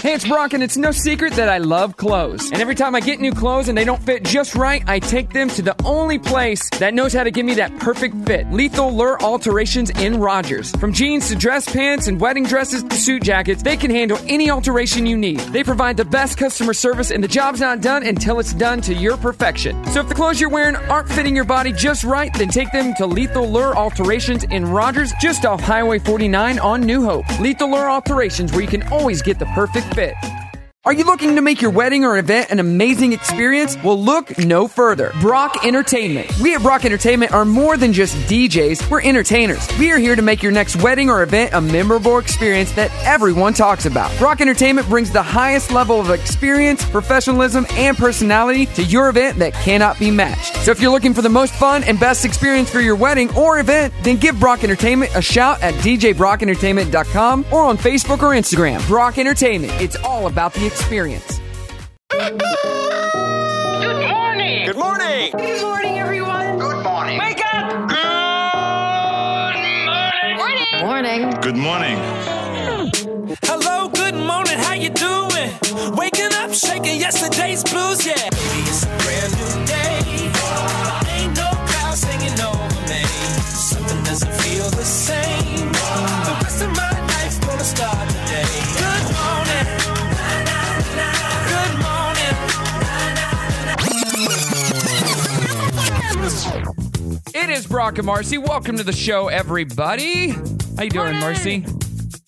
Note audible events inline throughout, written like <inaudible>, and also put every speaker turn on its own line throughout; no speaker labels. Hey, it's Brock, and it's no secret that I love clothes. And every time I get new clothes and they don't fit just right, I take them to the only place that knows how to give me that perfect fit Lethal Lure Alterations in Rogers. From jeans to dress pants and wedding dresses to suit jackets, they can handle any alteration you need. They provide the best customer service, and the job's not done until it's done to your perfection. So if the clothes you're wearing aren't fitting your body just right, then take them to Lethal Lure Alterations in Rogers, just off Highway 49 on New Hope. Lethal Lure Alterations, where you can always get the perfect fit. Are you looking to make your wedding or event an amazing experience? Well, look no further. Brock Entertainment. We at Brock Entertainment are more than just DJs, we're entertainers. We are here to make your next wedding or event a memorable experience that everyone talks about. Brock Entertainment brings the highest level of experience, professionalism, and personality to your event that cannot be matched. So if you're looking for the most fun and best experience for your wedding or event, then give Brock Entertainment a shout at djbrockentertainment.com or on Facebook or Instagram. Brock Entertainment. It's all about the experience.
Good morning.
Good morning.
Good morning, everyone. Good morning. Wake up. Good morning.
Morning.
Good morning.
Hello, good morning, how you doing? Waking up, shaking yesterday's blues, yeah. Baby, it's a brand new day. Ain't no clouds hanging over me. Something doesn't feel the same. The rest of my life gonna start today. Good morning. Good morning.
It is Brock and Marcy. Welcome to the show, everybody. How you doing, Marcy?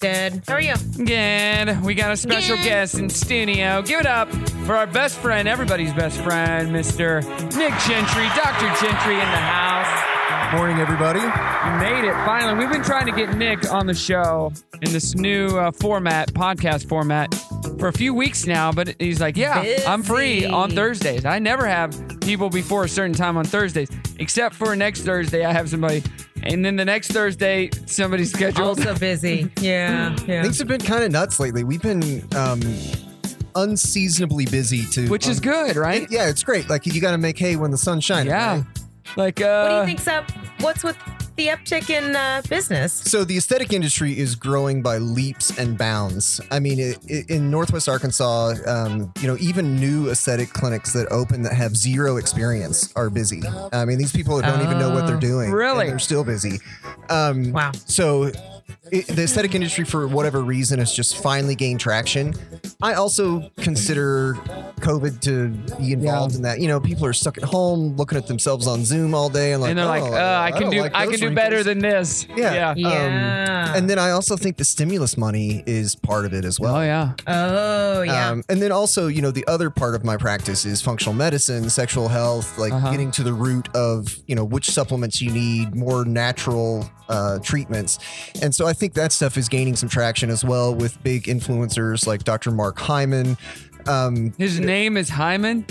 Good. How are you?
Good. We got a special
Good.
guest in studio. Give it up for our best friend, everybody's best friend, Mr. Nick Gentry, Dr. Gentry in the house.
Morning, everybody.
You made it finally. We've been trying to get Nick on the show in this new uh, format, podcast format, for a few weeks now. But he's like, "Yeah, I'm free
Busy.
on Thursdays. I never have people before a certain time on Thursdays, except for next Thursday. I have somebody, and then the next Thursday, somebody's scheduled."
Also busy. Yeah. Yeah.
Things have been kind of nuts lately. We've been um, unseasonably busy too,
which is good, right?
Yeah, it's great. Like you got to make hay when the sun's shining.
Yeah.
right?
Like, uh,
What do you think's up? What's with the uptick in uh, business?
So the aesthetic industry is growing by leaps and bounds. I mean, i i in Northwest Arkansas, um, you know, even new aesthetic clinics that open that have zero experience are busy. I mean, these people don't even know what they're doing. and
Oh, Really?
they're still busy. Um,
Wow.
So it, the aesthetic industry, for whatever reason, has just finally gained traction. I also consider COVID to be involved in that. You know, people are stuck at home looking at themselves on Zoom all day, and like,
and they're like,
"Oh,
uh, I can
don't
do,
like
I can
those
do better
wrinkles."
than this." yeah.
Yeah.
Yeah.
Um,
And then I also think the stimulus money is part of it as well.
Oh yeah.
oh yeah.
Um, and then also, you know, the other part of my practice is functional medicine, sexual health, like
Uh-huh.
getting to the root of, you know, which supplements you need, more natural uh, treatments. And so I think that stuff is gaining some traction as well with big influencers like Dr. Mark Hyman. Um,
His name is Hyman.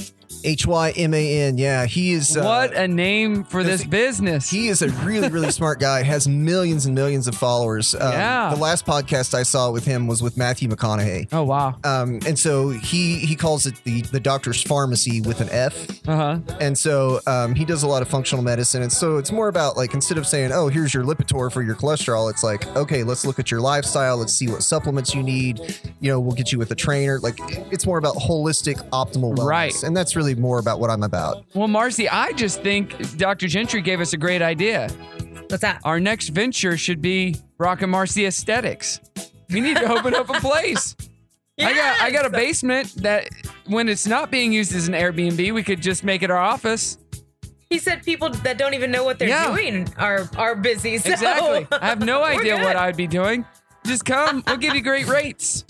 H Y M A N. Yeah, he is. uh,
what a name for
the
this
thing-
business.
He is a
<laughs>
really, really smart guy. Has millions and millions of followers. Um,
Yeah.
The last podcast I saw with him was with Matthew McConaughey.
oh wow.
Um, and so he he calls it the the doctor's pharmacy with an F.
Uh huh.
And so um, he does a lot of functional medicine. And so it's more about like instead of saying, "Oh, here's your Lipitor for your cholesterol," it's like, "Okay, let's look at your lifestyle. Let's see what supplements you need. You know, we'll get you with a trainer." Like it's more about holistic, optimal wellness.
Right.
And that's really more about what I'm about.
Well, Marcy, I just think Dr. Gentry gave us a great idea.
What's that?
Our next venture should be Brock and Marcy Aesthetics. We need to open up a
<laughs>
place. I got I got a basement that when it's not being used as an Airbnb, we could just make it our office.
He said people that don't even know what they're
Yeah.
doing are are busy. <laughs> So.
Exactly. I have no
<laughs> we're
idea
good.
what I'd be doing. Just come. We'll give you great
<laughs>
rates.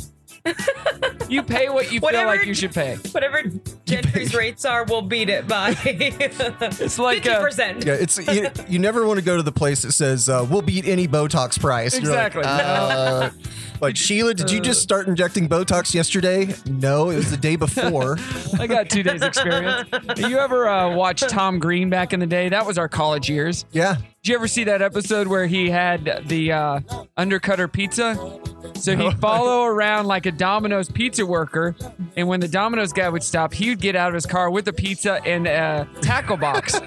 You pay what you
Whatever-
feel like you should pay.
Whatever Gentry's rates are, we'll beat it by. <laughs>
It's like
fifty
uh,
percent.
Yeah, it's you, you never want to go to the place that says uh, we'll beat any Botox price. You're like,
Exactly.
uh, like Sheila, did you just start injecting Botox yesterday? No, it was the day <laughs> before.
I got two days experience. you ever uh, watch Tom Green back in the day? That was our college years.
Yeah.
Did you ever see that episode where he had the uh, undercutter pizza? So he'd follow around like a Domino's pizza worker, and when the Domino's guy would stop, he would get out of his car with a pizza and a tackle box,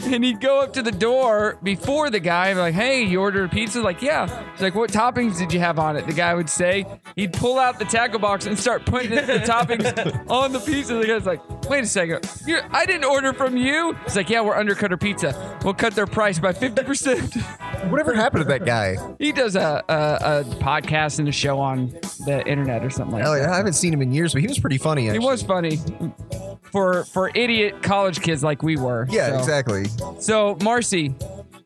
and he'd go up to the door before the guy, and be like, "Hey, you ordered a pizza?" Like, "Yeah." He's like, "What toppings did you have on it?" The guy would say. He'd pull out the tackle box and start putting the, the toppings on the pizza. The guy's like, "Wait a second, You're, I didn't order from you." He's like, "Yeah, we're undercutter pizza. We'll cut their price by fifty percent."
Whatever happened to that <laughs> guy?
He does a, a, a podcast and a show on the internet or something like
Hell
that.
yeah, I haven't seen him in years, but he was pretty funny.
It
Actually.
was funny for for idiot college kids like we were.
Yeah,
So-
exactly.
So, Marcy,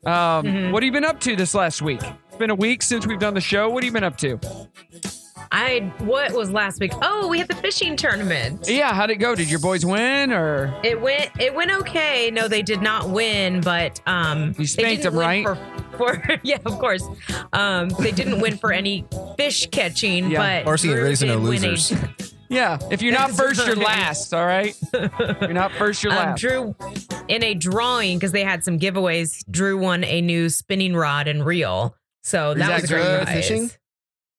um, what have you been up to this last week? It's been a week since we've done the show. What have you been up to?
I what was last week? Oh, we had the fishing tournament.
Yeah, how'd it go? Did your boys win or
It went it went okay. No, they did not win, but um
You spanked
they didn't
them,
win
right?
For, for- <laughs> yeah, of course. Um they didn't win for any fish catching,
Yeah.
but
Marcy and
Drew
Raisin are
did win a- <laughs> um,
losers.
Yeah, if you're not first, you're last, all right? You're not first,
<laughs>
you're
Um,
last.
Drew in a drawing because they had some giveaways. Drew won a new spinning rod and reel, so that,
that
was
good?
very nice.
Fishing?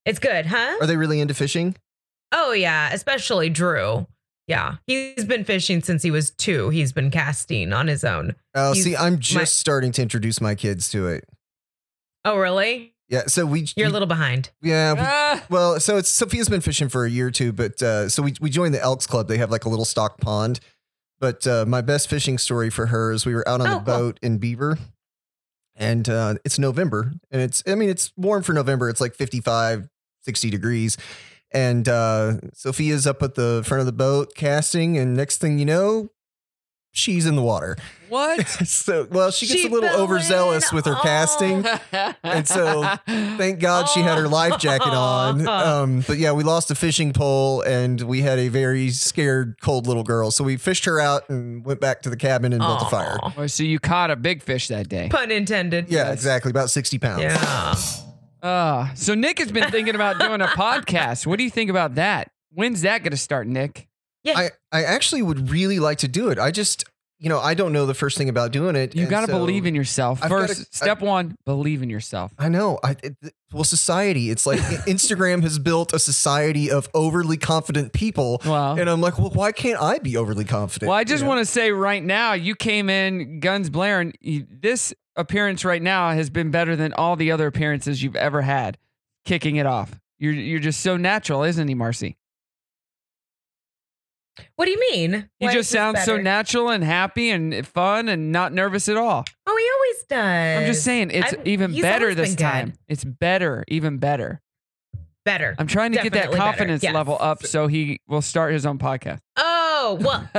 It's good, huh?
Are they really into fishing?
Oh yeah, especially Drew. Yeah, he's been fishing since he was two. He's been casting on his own.
Oh,
You-
see, I'm just
my-
starting to introduce my kids to it.
Oh really?
Yeah, so we
You're a little behind.
yeah. we-
Ah,
well, so it's Sophia's been fishing for a year or two, but uh, so we we joined the Elks Club. They have like a little stock pond. But uh, my best fishing story for her is we were out on
Oh,
the
cool.
boat in Beaver, and uh, it's November, and it's I mean it's warm for November. It's like 55, 60 degrees, and uh, Sophia's up at the front of the boat casting, and next thing you know, she's in the water. <laughs>
what?
so well she gets
She
a little
fell
overzealous
in.
with her
Oh.
casting
and <laughs>
so, thank god she had her life jacket
Oh.
on <laughs> um, but yeah we lost a fishing pole and we had a very scared cold little girl so we fished her out and went back to the cabin and built a fire
Aw.
so you caught a big fish that day.
Pun intended.
yeah exactly about 60 pounds
Yeah.
Uh, so Nick has been thinking about doing
<laughs>
a podcast. What do you think about that? When's that going to start, Nick?
I, I actually would really like to do it i just you know i don't know the first thing about doing it
You got to believe in yourself.
I've
First,
gotta-
step one, believe in yourself.
I know. I it, it- well, society.
<laughs>
It's like Instagram has built a society of overly confident people,
Wow.
and I'm like, well, why can't I be overly confident?
Well, I just
You know?
want to say right now, you came in guns blaring. You, this appearance right now has been better than all the other appearances you've ever had. Kicking it off, you're you're just so natural, isn't he, Marcy?
What do you mean?
He
Why
just
is this
sounds so
better?
natural and happy and fun and not nervous at all.
Oh, he always does.
I'm just saying, it's
I'm-
even
he's
better
always been
this
good.
time. It's better, even better.
Better.
I'm trying to get that
Definitely better,
confidence
yes.
level up so he will start his own podcast. <laughs>
oh well.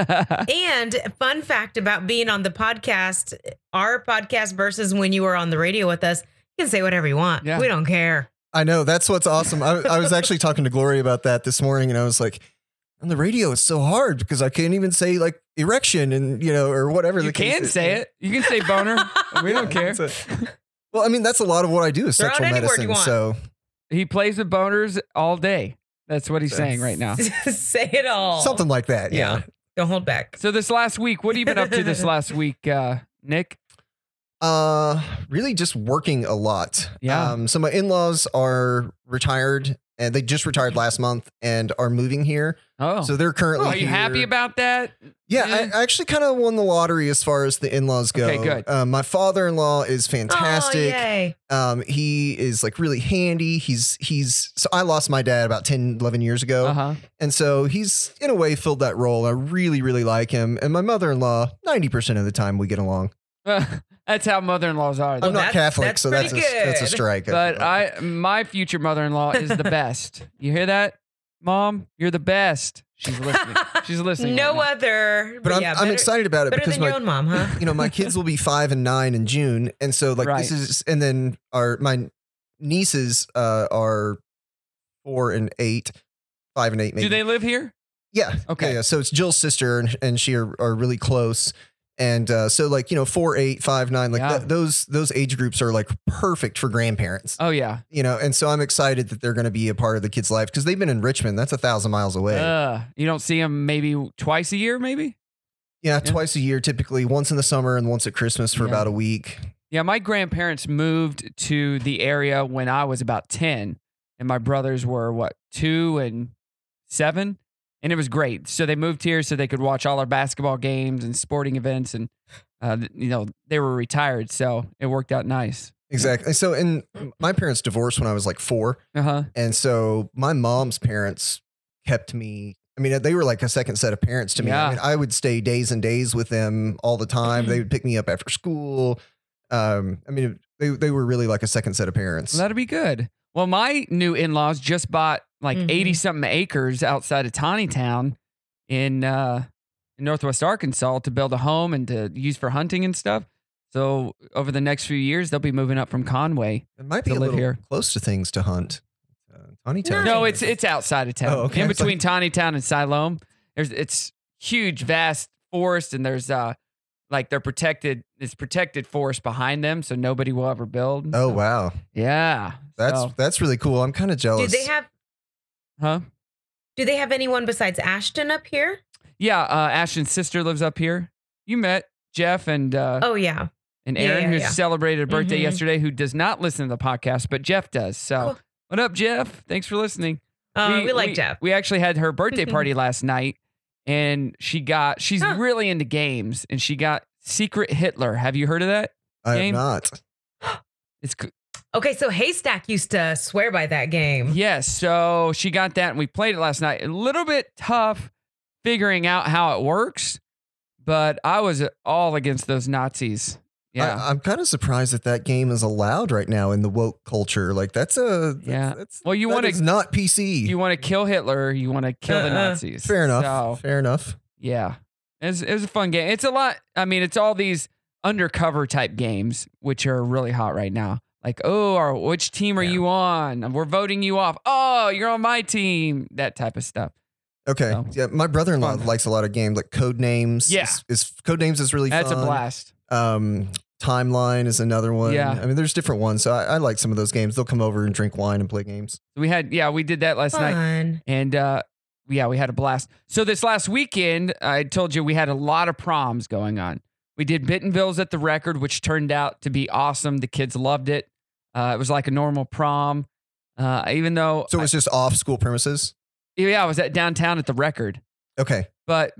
And fun fact about being on the podcast, our podcast versus when you were on the radio with us, you can say whatever you want.
Yeah.
We don't care.
I know that's what's awesome. I, I was actually talking to Gloria about that this morning, and I was like, on the radio, it's so hard because I can't even say like erection and you know or whatever.
you
the case
can
is. <laughs>
say it. You can say boner.
<laughs>
we don't
Yeah,
care.
it's a- well, I mean, that's a lot of what I do is
Throw out
sexual
any word you
medicine. So
want.
He plays with boners all day. That's what he's saying right now.
<laughs> say it all.
something like that. Yeah.
Yeah. Don't hold back.
So this last week, what have you been up to
<laughs>
this last week, uh, Nick?
Uh, really just working a lot.
Yeah.
Um, so my in-laws are retired and they just retired last month and are moving here.
Oh,
So they're currently.
are you
here.
happy about that?
Yeah,
Yeah.
I, I actually kind of won the lottery as far as the in-laws go.
Okay, good.
Uh, my father-in-law is
Oh,
fantastic.
yay.
um, he is like really handy. He's he's. So I lost my dad about 10, 11 years ago,
Uh-huh.
Uh huh.
and so he's in a way filled that role. I really really like him. And my mother-in-law, ninety percent of the time we get along.
Uh-huh. <laughs> that's how mother-in-laws are.
I'm not
that's-
Catholic,
that's
so that's a,
pretty good.
that's a strike.
but I, my future mother-in-law is
<laughs>
the best. You hear that, Mom? You're the best. She's
<laughs>
listening. She's listening.
No
right
other.
But I'm,
yeah,
I'm
better-
excited about it
Better
because
than your
my
own mom, huh?
<laughs> you know
<laughs>
my kids will be five and nine in June, and so like
Right.
this is and then our my nieces uh, are four and eight, five and eight.
now.
Maybe.
Do they live here?
Yeah.
Okay.
Yeah, yeah. So it's Jill's sister and, and she are, are really close. And uh, so like, you know, four, eight, five, nine, like
Yeah.
th- those, those age groups are like perfect for grandparents,
Oh yeah.
you know? And so I'm excited that they're going to be a part of the kid's life because they've been in Richmond. That's a thousand miles away.
Uh, you don't see them maybe twice a year, maybe.
yeah,
yeah.
Twice a year, typically once in the summer and once at Christmas for
Yeah.
about a week.
Yeah, my grandparents moved to the area when I was about 10, and my brothers were what, two and seven? And it was great. So they moved here so they could watch all our basketball games and sporting events. And, uh, th- you know, they were retired. So it worked out nice.
Exactly. So, and my parents divorced when I was like four.
Uh huh.
And so my mom's parents kept me. I mean, they were like a second set of parents to me.
Yeah. Mm-hmm.
I, mean, I would stay days and days with them all the time. They would pick me up after school. Um, I mean, they, they were really like a second set of parents.
That'll be good. Well, my new in laws just bought like
Mm-hmm.
80
Mhm.
something acres outside of Tawnytown in, uh, in Northwest Arkansas to build a home and to use for hunting and stuff. So over the next few years, they'll be moving up from Conway.
it might be
to
a
live
little
here.
close to things to hunt. Uh, Tawny Town.
No, it's it's outside of town.
Oh, okay.
In
I was
between Tawny Town and Siloam, there's it's huge, vast forest, and there's uh like they're protected. It's protected forest behind them, so nobody will ever build.
Oh wow,
yeah,
that's
So,
that's really cool. I'm kind of
Do
jealous.
they have
huh?
Do they have anyone besides Ashton up here?
Yeah, uh, Ashton's sister lives up here. You met Jeff and uh,
Oh yeah.
and
yeah,
Aaron,
yeah,
who
yeah.
celebrated a birthday
Mhm.
yesterday, who does not listen to the podcast, but Jeff does. So,
Cool.
what up, Jeff? Thanks for listening.
Uh, we, like Jeff. Mm-hmm.
We actually had her birthday party last night, and she got. She's
Huh.
really into games, and she got Secret Hitler. Have you heard of that?
I
game?
have not.
It's c-
Okay, so Haystack used to swear by that game.
yes. So she got that, and we played it last night. A little bit tough figuring out how it works, but I was all against those
Uh,
Nazis. Yeah.
I, I'm kind of surprised that that game is allowed right now in the woke culture. Like that's a that's,
Yeah.
That's,
well, you
that
want
is
to
not PC.
you want to kill Hitler. You want to kill the
Uh-uh.
Nazis.
Fair enough.
So
Fair enough.
yeah, it was, it was a fun game. It's a lot. I mean, it's all these undercover type games which are really hot right now. Like, oh, or which team are
Yeah.
you on? We're voting you off. Oh, you're on my team. That type of stuff.
Okay.
So-
Yeah, my brother-in-law
Fun.
likes a lot of games like Code Names.
Yeah.
is, is Code Names is really
That's
fun.
a blast.
Um, Timeline is another one.
Yeah.
I mean, there's different ones. So I, I like some of those games. They'll come over and drink wine and play games.
We had yeah, we did that last night.
Fun.
And uh, yeah, we had a blast. So this last weekend, I told you we had a lot of proms going on. We did Bentonville's at the record, which turned out to be awesome. The kids loved it. Uh, it was like a normal prom, uh, even though
So it was just off school premises.
yeah, I was at downtown at the record.
Okay.
But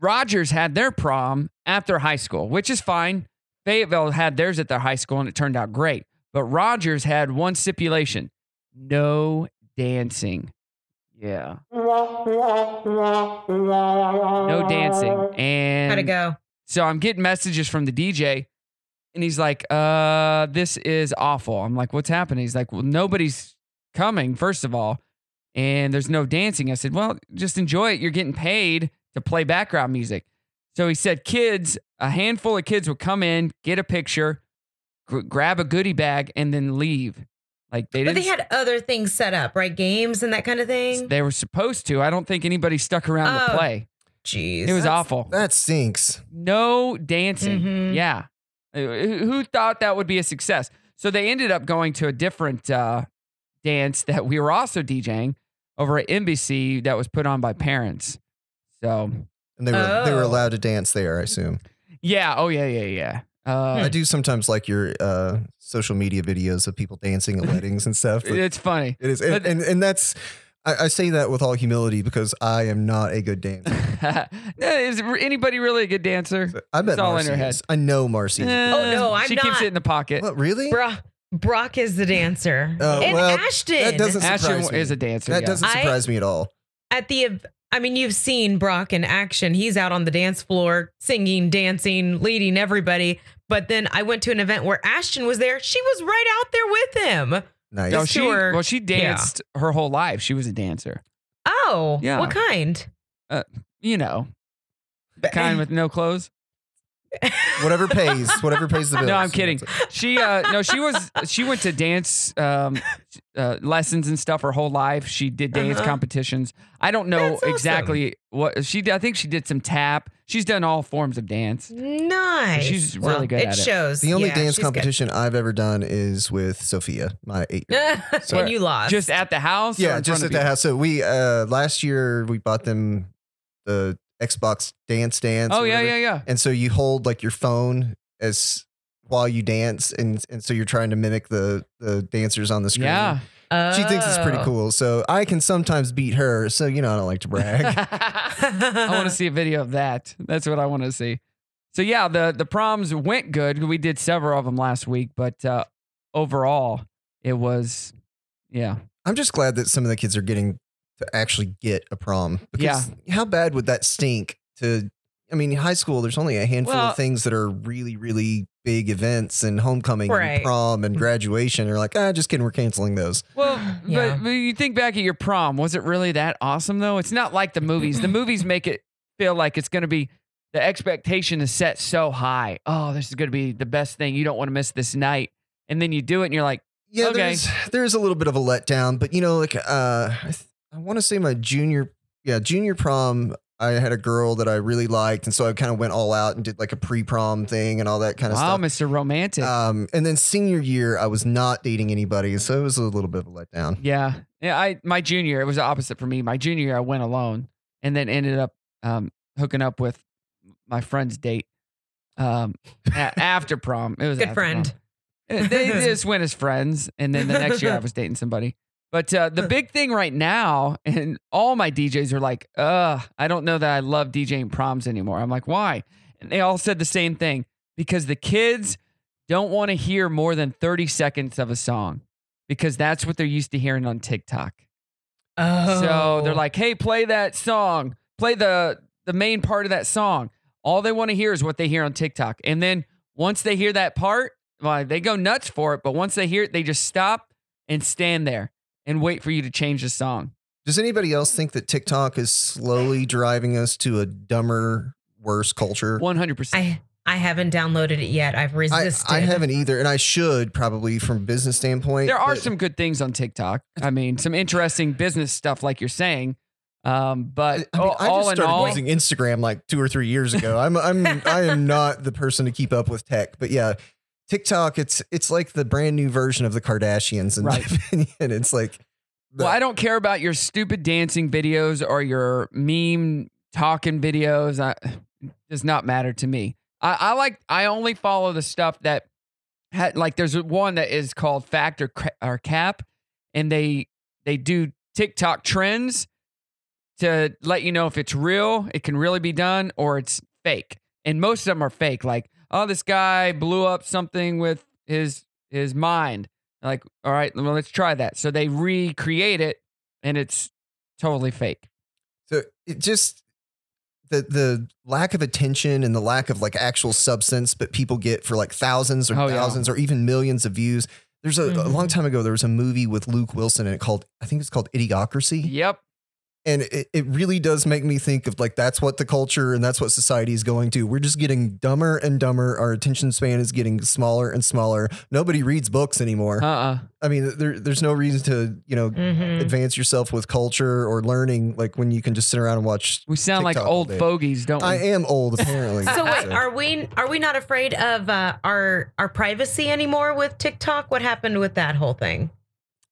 Rogers had their prom after high school, which is fine. Fayetteville had theirs at their high school, and it turned out great. But Rogers had one stipulation: no dancing. Yeah. no dancing. And
How'd it go?
so I'm getting messages from the DJ, and he's like, "Uh, this is awful." I'm like, "What's happening?" He's like, "Well, nobody's coming, first of all, and there's no dancing." I said, "Well, just enjoy it. You're getting paid to play background music." So he said, "Kids, a handful of kids would come in, get a picture, gr- grab a goodie bag, and then leave." Like they
But
didn't.
they had other things set up, right? Games and that kind of thing.
they were supposed to. I don't think anybody stuck around to
Oh,
play.
Jeez.
It was
That's-
awful.
That sinks.
no dancing.
Mm-hmm.
Mhm.
Yeah. Uh, Who who thought that would be a success? So they ended up going to a different uh, dance that we were also DJing over at NBC that was put on by parents. So
And they were they were
Oh.
allowed to dance there, I assume.
yeah, oh yeah, yeah, yeah.
I
Uh,
do sometimes like your uh, social media videos of people dancing at weddings and stuff.
<laughs>
but-
it's funny.
It is, and
But-
and, and that's. I, I say that with all humility because I am not a good dancer.
Is anybody really a good dancer?
I bet
It's all in
Marcy
her head.
is. I know Marcy. is.
Eh,
no, I'm
she keeps
not.
it in the pocket.
what really?
Oh, Bro- Brock is the dancer.
<laughs> Oh,
and
well,
Ashton.
that doesn't
Ashton
surprise me.
is a dancer.
that
yeah.
doesn't
I-
surprise me at all.
at the ev- I mean, you've seen Brock in action. He's out on the dance floor singing, dancing, leading everybody. But then I went to an event where Ashton was there. She was right out there with him.
Nice.
No,
Just
she,
to her-
well, she danced her whole life. She was a dancer.
Oh,
Yeah.
what kind?
You know, the kind with no clothes.
whatever pays, whatever pays the bills.
<laughs> No, I'm kidding. She uh no, she was she went to dance um uh, lessons and stuff her whole life. She did dance
Uh-huh.
competitions. I don't know
That's awesome.
exactly what she did. I think she did some tap. She's done all forms of dance.
Nice.
She's really good
It
at it.
shows.
The only
Yeah,
dance
she's good.
competition I've ever done is with Sophia, my eight.
<laughs> and you lost.
Just at the house? or
yeah,
in front
just at
of
the
people?
house. So we uh last year we bought them the Xbox Dance Dance.
Oh
or
yeah,
whatever.
yeah, yeah.
And so you hold like your phone as while you dance, and and so you're trying to mimic the the dancers on the screen.
<laughs>
Yeah.
Oh.
She thinks it's pretty cool, so I can sometimes beat her. So you know, I don't like to brag.
I
I
want to see a video of that. That's what I want to see. So yeah, the the proms went good. We did several of them last week, but uh, overall, it was yeah.
I'm just glad that some of the kids are getting to actually get a prom. Because how bad would that stink to I mean, high school, there's only a handful
Well-
of things that are really, really big events and homecoming
Right.
and prom and graduation. They're like, ah, just kidding, we're canceling those.
Well,
Yeah.
but, but you think back at your prom, was it really that awesome though? It's not like the movies. The movies make it feel like it's going to be the expectation is set so high. Oh, this is going to be the best thing. You don't want to miss this night. And then you do it and you're like,
Yeah,
Okay.
there's there's a little bit of a letdown, but you know, like uh I, th- I want to say my junior yeah, junior prom I had a girl that I really liked, and so I kind of went all out and did like a pre-prom thing and all that kind of
wow,
stuff.
Mr. Romantic.
Um, and then senior year, I was not dating anybody, so it was a little bit of a letdown.
yeah. Yeah, I my junior, it was the opposite for me. My junior year, I went alone and then ended up um, hooking up with my friend's date um, a- after prom. It was
Good
after prom.
friend.
Uh, they
<laughs>
just went as friends and then the next year i was dating somebody but uh, the big thing right now and all my djs are like uh i don't know that i love djing proms anymore i'm like why and they all said the same thing because the kids don't want to hear more than 30 seconds of a song because that's what they're used to hearing on tiktok so
Oh.
Oh.
they're like, "Hey, play that song. Play the the main part of that song." All they want to hear is what they hear on TikTok. And then once they hear that part, well, they go nuts for it, but once they hear it, they just stop and stand there and wait for you to change the song.
Does anybody else think that TikTok is slowly driving us to a dumber, worse culture?
100%.
I I haven't downloaded it yet. I've
I,
resisted.
I haven't either, and I should probably from a business standpoint.
there are
but
some good things on TikTok. I mean, some interesting business stuff like you're saying. Um,
I, I
but
mean,
all,
I
all
just
in
started
all,
using Instagram like two or three years ago. I'm I'm I am not the person to keep up with tech, but yeah, TikTok it's it's like the brand new version of the Kardashians in
Right.
my <laughs> opinion. It's like the-
Well, I don't care about your stupid dancing videos or your meme talking videos. I, it does not matter to me. I, I like. I only follow the stuff that had like. There's one that is called Factor or Cap, and they they do TikTok trends to let you know if it's real, it can really be done, or it's fake. And most of them are fake. Like, oh, this guy blew up something with his his mind. Like, all right, well, let's try that. So they recreate it, and it's totally
<laughs>
fake.
So it just the the lack of attention and the lack of like actual substance that people get for like thousands or
Oh, yeah. Mm-hmm.
thousands or even millions of views. There's a, a long time ago there was a movie with Luke Wilson in it called I think it's called Idiocracy.
Yep.
And it, it really does make me think of like that's what the culture and that's what society is going to. We're just getting dumber and dumber. Our attention span is getting smaller and smaller. Nobody reads books anymore.
Uh. uh
I mean, there, there's no reason to, you know,
Mhm.
advance yourself with culture or learning like when you can just sit around and watch
We sound like
TikTok all
old
day.
fogies,
Oh.
don't we?
I am old, apparently.
<laughs> So wait, are we are we not afraid of uh, our our privacy anymore with TikTok? What happened with that whole thing?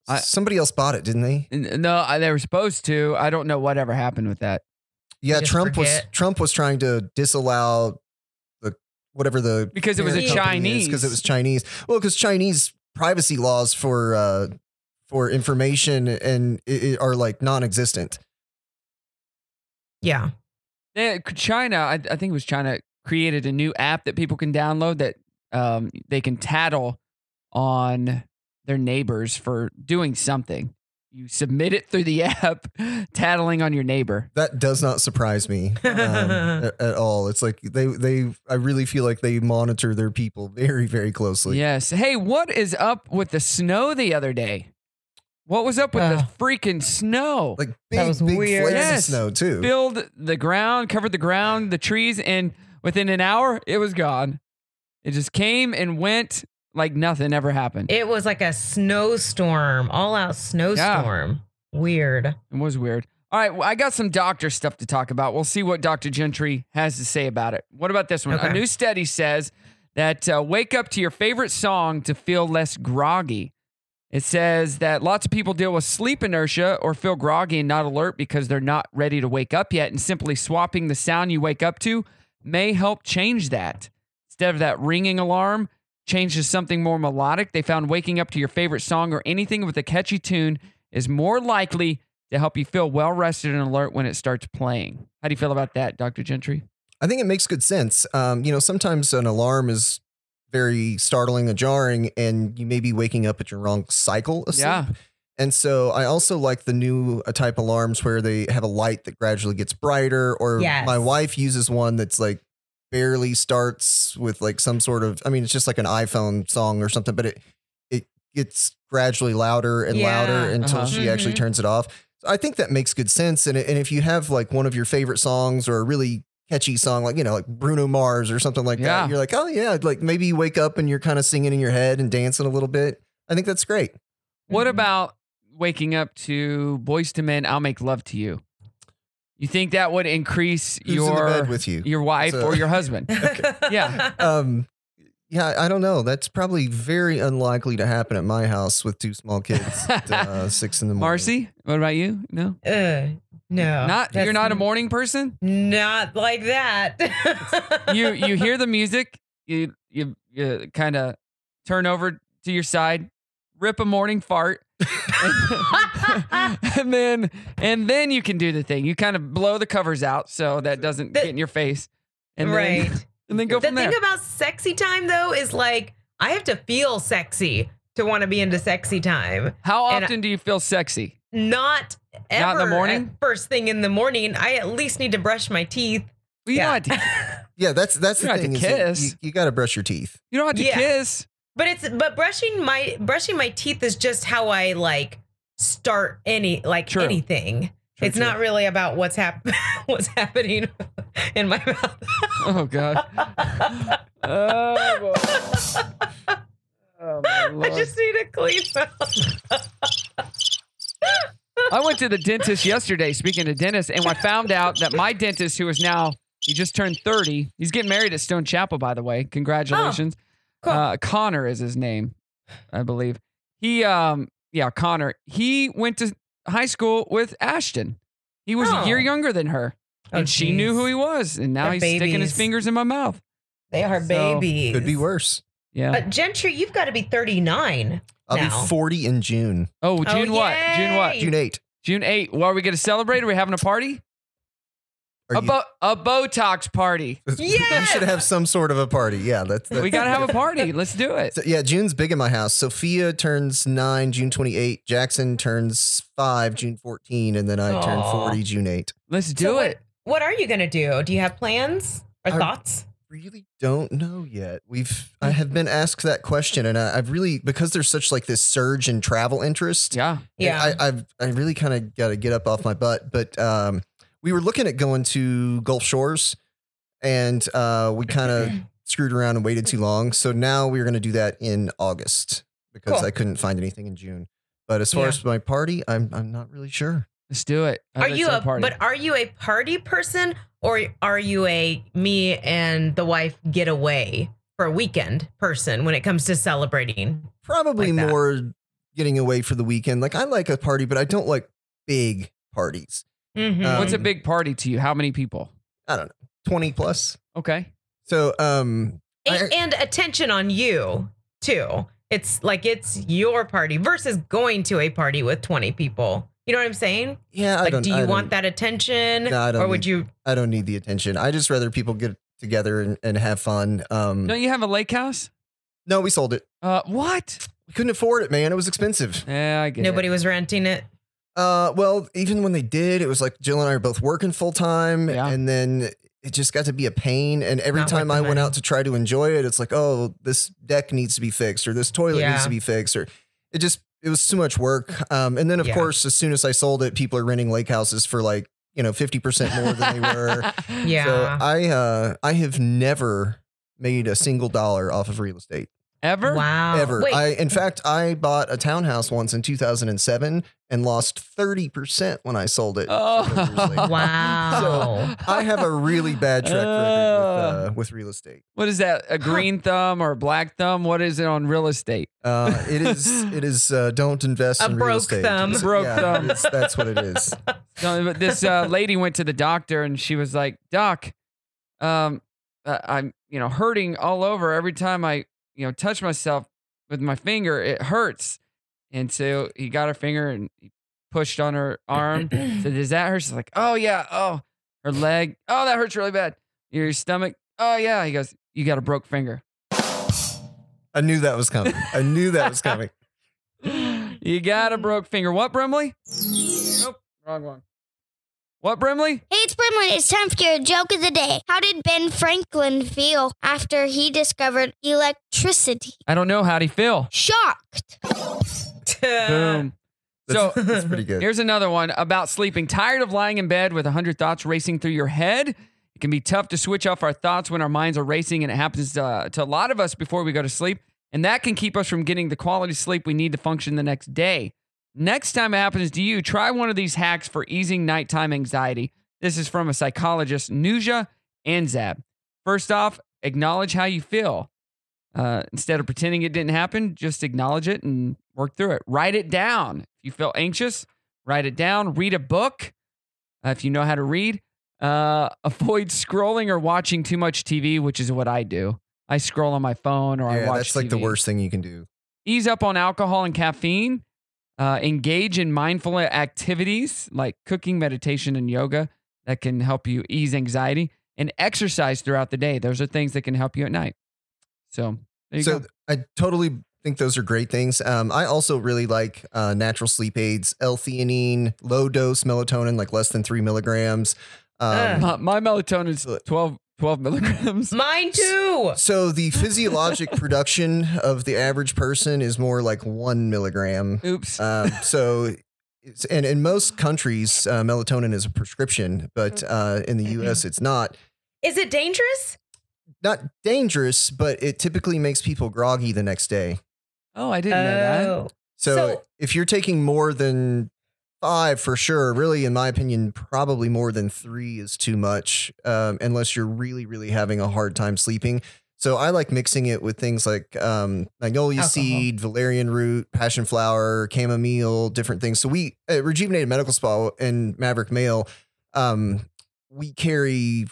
I-
somebody else bought it, didn't they?
N- no, I, they were supposed to. I don't know whatever happened with that.
Yeah,
just
Trump was
forget.
Trump was trying to disallow the whatever the
Because it was a Chinese.
because it was Chinese. Well, because Chinese privacy laws for uh, for information and it, it are like non-existent.
Yeah.
Yeah, uh, c- China, I, I think it was China, created a new app that people can download that um, they can tattle on their neighbors for doing something. You submit it through the <laughs> app, tattling on your neighbor.
That does not surprise
<laughs>
me um, at, at all. It's like they they I really feel like they monitor their people very very closely.
Yes. Hey, what is up with the snow the other day? What was up with the
Ugh.
freaking snow?
like
That
big
was
big
weird.
flakes
Yes.
of snow too.
filled the ground, covered the ground, the trees, and within an hour, it was gone. It just came and went like nothing ever happened. It,
It was like a snowstorm, all out snowstorm. Weird.
was weird. All right, well, I got some doctor stuff to talk about. We'll see what Dr. Gentry has to say about it. What about this one? A
Okay.
new study says that uh, wake up to your favorite song to feel less groggy. It says that lots of people deal with sleep inertia or feel groggy and not alert because they're not ready to wake up yet. And simply swapping the sound you wake up to may help change that. Instead of that ringing alarm, changed to something more melodic, they found waking up to your favorite song or anything with a catchy tune is more likely to help you feel well rested and alert when it starts playing. How do you feel about that, Dr. Gentry?
I think it makes good sense. Um, you know, sometimes an alarm is very startling and jarring, and you may be waking up at your wrong cycle of sleep.
Yeah.
And so I also like the new uh, type alarms where they have a light that gradually gets brighter, or
Yes.
my wife uses one that's like barely starts with like some sort of, I mean, it's just like an iPhone song or something, but it, it gets gradually louder and
Yeah.
louder until
Uh-huh.
she actually
Mhm.
turns it off. So I think that makes good sense. And, it- and if you have like one of your favorite songs or a really catchy song, like, you know, like Bruno Mars or something like
Yeah.
that, you're like, oh yeah, like maybe you wake up and you're kind of singing in your head and dancing a little bit. I think that's great.
What
mm-hmm.
Mhm.
about waking up to Boys to Men, I'll Make Love to You? You think that would increase
Who's
your
in the bed with you?
your wife
So-
or your
<laughs>
husband? Yeah.
um yeah i don't know that's probably very unlikely to happen at my house with two small kids
<laughs>
at uh, six in the morning
Marcy, what about you? No.
<laughs> Ugh,
Uh,
no.
not you're
that's
not a morning person?
Not like that.
you
<laughs>
you hear the music, you you, you kind of turn over to your side, rip a morning fart, <laughs> and then and then you can do the thing. You kind of blow the covers out so that doesn't
The-
get in your face, and
right.
then, and then go
the
from there.
thing about sexy time though is like I have to feel sexy to want to be into sexy time.
How
and-
often do you feel sexy?
Not ever
Not in the morning?
at First thing in the morning, I at least need to brush my teeth.
Well, you
Yeah.
don't have to,
yeah that's that's
You
the
don't have
thing
to
is that
kiss.
you, you got to brush your teeth
you don't have to
Yeah.
kiss.
But it's but brushing my brushing my teeth is just how I like start any like
True.
anything.
True,
it's
true.
not really about what's hap- <laughs> what's happening <laughs> in my mouth.
Oh god.
<laughs>
oh, boy. Oh, my
I
Lord.
just need a clean <laughs> mouth.
I went to the dentist yesterday, speaking to dentists, and I found out that my dentist, who is now, he just turned 30, he's getting married at Stone Chapel, by the way. Congratulations.
Oh, cool.
uh, Connor is his name, I believe. He, um, yeah, Connor, he went to high school with Ashton. He was
Oh.
a year younger than her,
Oh,
and she knew
geez.
who he was, and now
They're
he's sticking his
babies.
fingers in my mouth.
They are
So-
babies.
could be worse
Yeah.
But Gentry, you've got to be 39.
i'll
No.
be 40 in june
oh, June what? June what?
yay.
june 8
June 8. Well, are we going to celebrate? Are we having a party?
Are
A,
you-
bo- a Botox party.
<laughs> you
Yes.
should have some sort of a party yeah that's,
<laughs>
that's
We got to have a party. Let's do it.
So, yeah, June's big in my house. Sophia turns nine June 28. Jackson turns five June 14. And then I turn
Aw.
40 June 8.
Let's do
So
it.
What are you going to do? Do you have plans or
I-
thoughts?
really don't know yet. We've I
Mm-hmm.
have been asked that question, and I, I've really because there's such like this surge in travel interest.
Yeah.
and
Yeah.
I, I've I really kind of got to get up off my butt. But um, we were looking at going to Gulf Shores, and uh, we kind of
Mm.
screwed around and waited too long. So now we're going to do that in August because
Cool.
I couldn't find anything in June. But as far
Yeah.
as my party, I'm I'm not really sure.
Let's do it. I
are
think
you
it's
a
party.
but are you a party person or are you a me and the wife get away for a weekend person when it comes to celebrating?
Probably
Like that.
more getting away for the weekend. Like I like a party, but I don't like big parties.
Mhm.
Um,
What's a big party to you? How many people?
I don't know, 20 plus.
Okay.
So, um,
and, and attention on you too. It's like it's your party versus going to a party with 20 people. You know what I'm saying?
yeah, I
Like,
don't
do you
I don't-
want that attention,
No, I don't
or would
need-
you?
I don't need the attention. I just rather people get together and, and have fun. Um, no,
Don't you have a lake house?
we sold it.
Uh, what?
We couldn't afford it, man. It was expensive.
Yeah, I get
Nobody
it.
was renting it.
Uh, well, even when they did, it was like Jill and I are both working full time,
Yeah.
and then it just got to be a pain. And every
Not worth
time
the
I went
money.
out to try to enjoy it, it's like, oh, this deck needs to be fixed, or this toilet
Yeah.
needs to be fixed, or it just it was too much work. Um, and then of
Yeah.
course, as soon as I sold it, people are renting lake houses for like you know fifty percent more than they were.
<laughs>
Yeah.
So I uh I have never made a single dollar off of real estate
Ever?
wow.
ever.
Oh, Wait,
I in fact I bought a townhouse once in 2007 and lost 30% when I sold it. several years
Oh.
later.
Wow.
I have a really bad track record with, uh, with real estate.
Oh. what is that? A green thumb or a black thumb? What is it on real estate?
Uh, it is it is uh, don't invest
A
in real
broke
estate.
thumb.
It's-
Broke
yeah,
thumb.
it's- that's what it is.
No, but this uh, lady went to the doctor and she was like, "Doc, um, uh, I'm you know hurting all over every time I you know, touch myself with my finger, it hurts. And so he got her finger and he pushed on her arm. said, Does that hurt? She's like, Oh, yeah. Oh, her leg. Oh, that hurts really bad. Your stomach. Oh, yeah. He goes, You got a broke finger. <gasps>
I knew that was coming. I knew that was
<laughs>
coming.
You got a broke finger. What, Brimley? Nope. Wrong one. What, Brimley?
Hey, it's Brimley. It's time for your joke of the day. How did Ben Franklin feel after he discovered electricity?
I don't know. How'd he feel?
Shocked.
Boom.
That's,
So-
that's
<laughs>
pretty good.
Here's another one about sleeping. Tired of lying in bed with 100 thoughts racing through your head? It can be tough to switch off our thoughts when our minds are racing, and it happens uh, to a lot of us before we go to sleep. And that can keep us from getting the quality sleep we need to function the next day. Next time it happens to you, try one of these hacks for easing nighttime anxiety. This is from a psychologist, Nuja Anzab. First off, acknowledge how you feel. Uh, instead of pretending it didn't happen, just acknowledge it and work through it. Write it down. If you feel anxious, write it down. Read a book uh, if you know how to read. Uh, avoid scrolling or watching too much TV, which is what I do. I scroll on my phone or I
yeah,
watch.
that's like the
TV.
worst thing you can do.
Ease up on alcohol and caffeine. Uh, engage in mindful activities like cooking, meditation, and yoga that can help you ease anxiety and exercise throughout the day. Those are things that can help you at night. So there you
so
go.
I totally think those are great things. Um, I also really like uh, natural sleep aids, L-theanine, low dose melatonin, like less than three milligrams. Um,
My, my melatonin's 12, 12
<laughs>
milligrams. <laughs>
<laughs> Mine too.
so the physiologic production of the average person is more like one milligram.
Oops. <laughs>
Um, so, it's, and in most countries, uh, melatonin is a prescription, but
Mm-hmm.
uh, in the U.S., it's not.
Is it dangerous?
Not dangerous, but it typically makes people groggy the next day.
oh, I didn't know that.
So,
So-
if you're taking more than five for sure, really, in my opinion, probably more than three is too much, um, unless you're really, really having a hard time sleeping. So I like mixing it with things like um, magnolia
Alcohol.
seed, valerian root, passion flower, chamomile, different things. So we at Rejuvenated Medical Spa and Maverick Male, um, we carry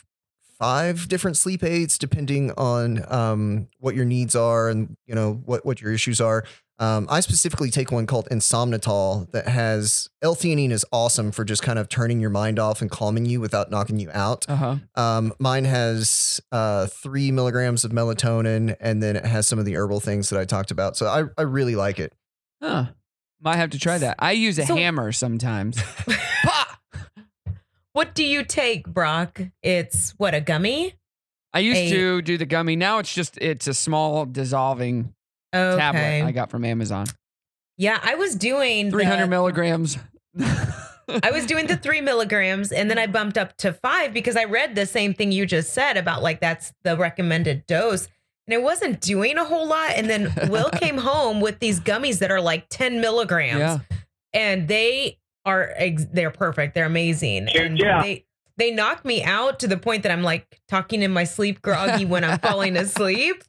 five different sleep aids depending on um, what your needs are and you know what what your issues are. Um, I specifically take one called Insomnitol that has L-theanine is awesome for just kind of turning your mind off and calming you without knocking you out.
Uh huh.
Um, mine has uh, three milligrams of melatonin, and then it has some of the herbal things that I talked about. So I, I really like it.
Huh. Might have to try that. I use a
So-
hammer sometimes.
Pa! What do you take, Brock? It's what a gummy.
I used
Eight.
to do the gummy. Now it's just it's a small dissolving
Okay.
tablet I got from Amazon.
yeah, I was doing
Three hundred
the-
milligrams.
<laughs> I was doing the three milligrams and then I bumped up to five because I read the same thing you just said about like that's the recommended dose. And I wasn't doing a whole lot. And then
<laughs>
Will came home with these gummies that are like 10 milligrams.
yeah.
And they are ex- they're perfect. They're amazing.
Shoot,
and
yeah.
they they knock me out to the point that I'm like talking in my sleep groggy when I'm
<laughs>
falling asleep.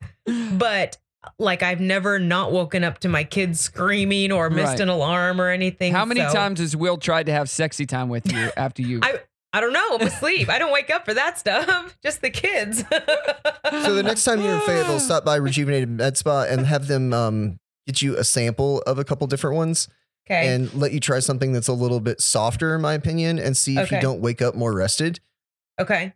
But like I've never not woken up to my kids screaming or missed
Right.
an alarm or anything.
How many
so-
times has Will tried to have sexy time with
<laughs>
you after you?
I- I
<laughs>
don't know. I'm asleep. I don't wake up for that stuff. <laughs> Just the kids.
So the next time you're in
Ah.
Fayetteville, stop by Rejuvenated Med Spa and have them um, get you a sample of a couple different ones
okay.
and let you try something that's a little bit softer, in my opinion, and see if
Okay.
you don't wake up more rested.
okay.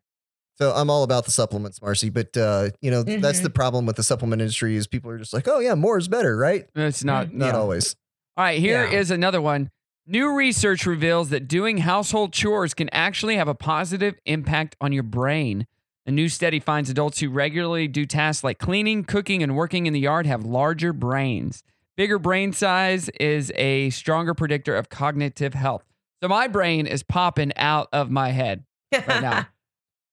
So I'm all about the supplements, Marcy, but uh, you know that's
Mhm.
the problem with the supplement industry is people are just like, oh yeah, more is better, right?
it's not
Not
yeah.
always.
All right, here is
Mm-hmm. Yeah.
another one. New research reveals that doing household chores can actually have a positive impact on your brain. A new study finds adults who regularly do tasks like cleaning, cooking, and working in the yard have larger brains. Bigger brain size is a stronger predictor of cognitive health. So my brain is popping out of my head right
<laughs>
now. <laughs>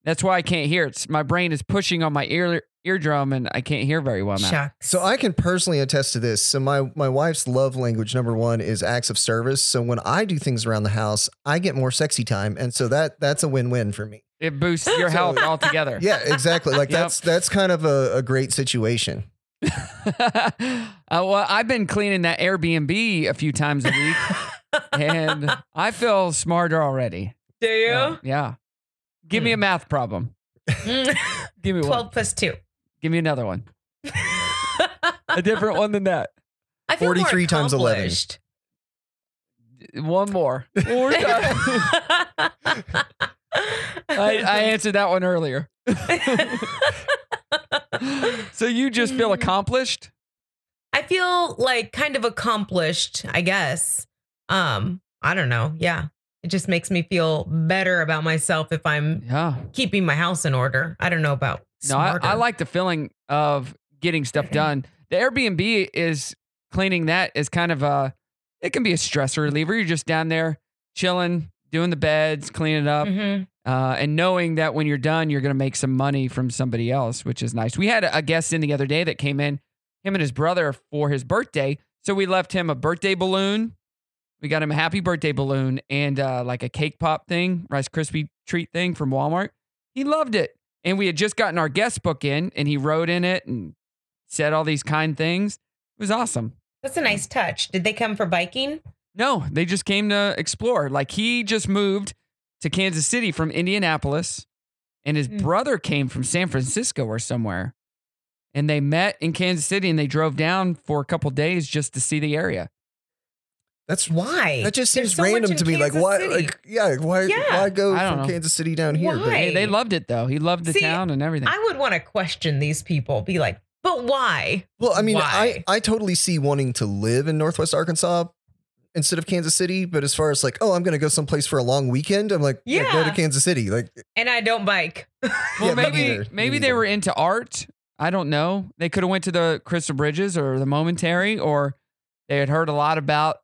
That's why I can't hear. It's my brain is pushing on my ear eardrum and I can't hear very well now.
Shucks.
So I can personally attest to this. So my my wife's love language number one is acts of service. So when I do things around the house, I get more sexy time, and so that that's a win win for
<laughs>
me.
It boosts your <laughs>
So-
health altogether.
Yeah, exactly. Like
Yep.
that's that's kind of a, a great situation.
uh, well, I've been cleaning that Airbnb a few times a week, <laughs> and I feel smarter already.
Do you?
Uh, yeah. Give me a math problem. <laughs>
Mm.
Hmm. Give me one.
<laughs> 12 plus 2.
Give me another one. a different one than <laughs> that.
I feel
43
more
times 11.
accomplished.
Uh, One more. One
<laughs>
more time. <laughs> I, I answered that one <laughs> earlier. so you just feel accomplished?
<laughs> I feel like kind of accomplished, I guess. Um, I don't know. Yeah. It just makes me feel better about myself if I'm
Yeah.
keeping my house in order. I don't know about
No, I,
smarter.
I like the feeling of getting stuff done. The Airbnb is cleaning that is kind of a, it can be a stress reliever. You're just down there chilling, doing the beds, cleaning up,
Mhm.
uh, and knowing that when you're done, you're going to make some money from somebody else, which is nice. We had a guest in the other day that came in, him and his brother for his birthday. So we left him a birthday balloon. We got him a happy birthday balloon and uh, like a cake pop thing, Rice Krispie treat thing from Walmart. He loved it. And we had just gotten our guest book in and he wrote in it and said all these kind things. It was awesome.
That's a nice touch. Did they come for biking?
No, they just came to explore. Like he just moved to Kansas City from Indianapolis, and his
Hmm.
brother came from San Francisco or somewhere. And they met in Kansas City and they drove down for a couple days just to see the area.
That's
Why?
That just
There's
seems
so much
random
in
to me. Like
Kansas
why?
City.
Like yeah. like, Why?
Yeah.
Why go
I don't
from
know.
Kansas City down here? But-
Why?
They, they loved it though. He loved the
See,
town and everything.
I would want to question these people, be like, but why?
Well, I mean,
Why?
I, I totally see wanting to live in Northwest Arkansas instead of Kansas City. But as far as like, oh, I'm going to go someplace for a long weekend, I'm like, yeah, go
Yeah.
to Kansas City. Like,
And I don't bike.
well,
yeah, me
maybe
neither. Me
maybe they
neither.
were into art. I don't know. They could have went to the Crystal Bridges or the Momentary, or they had heard a lot about.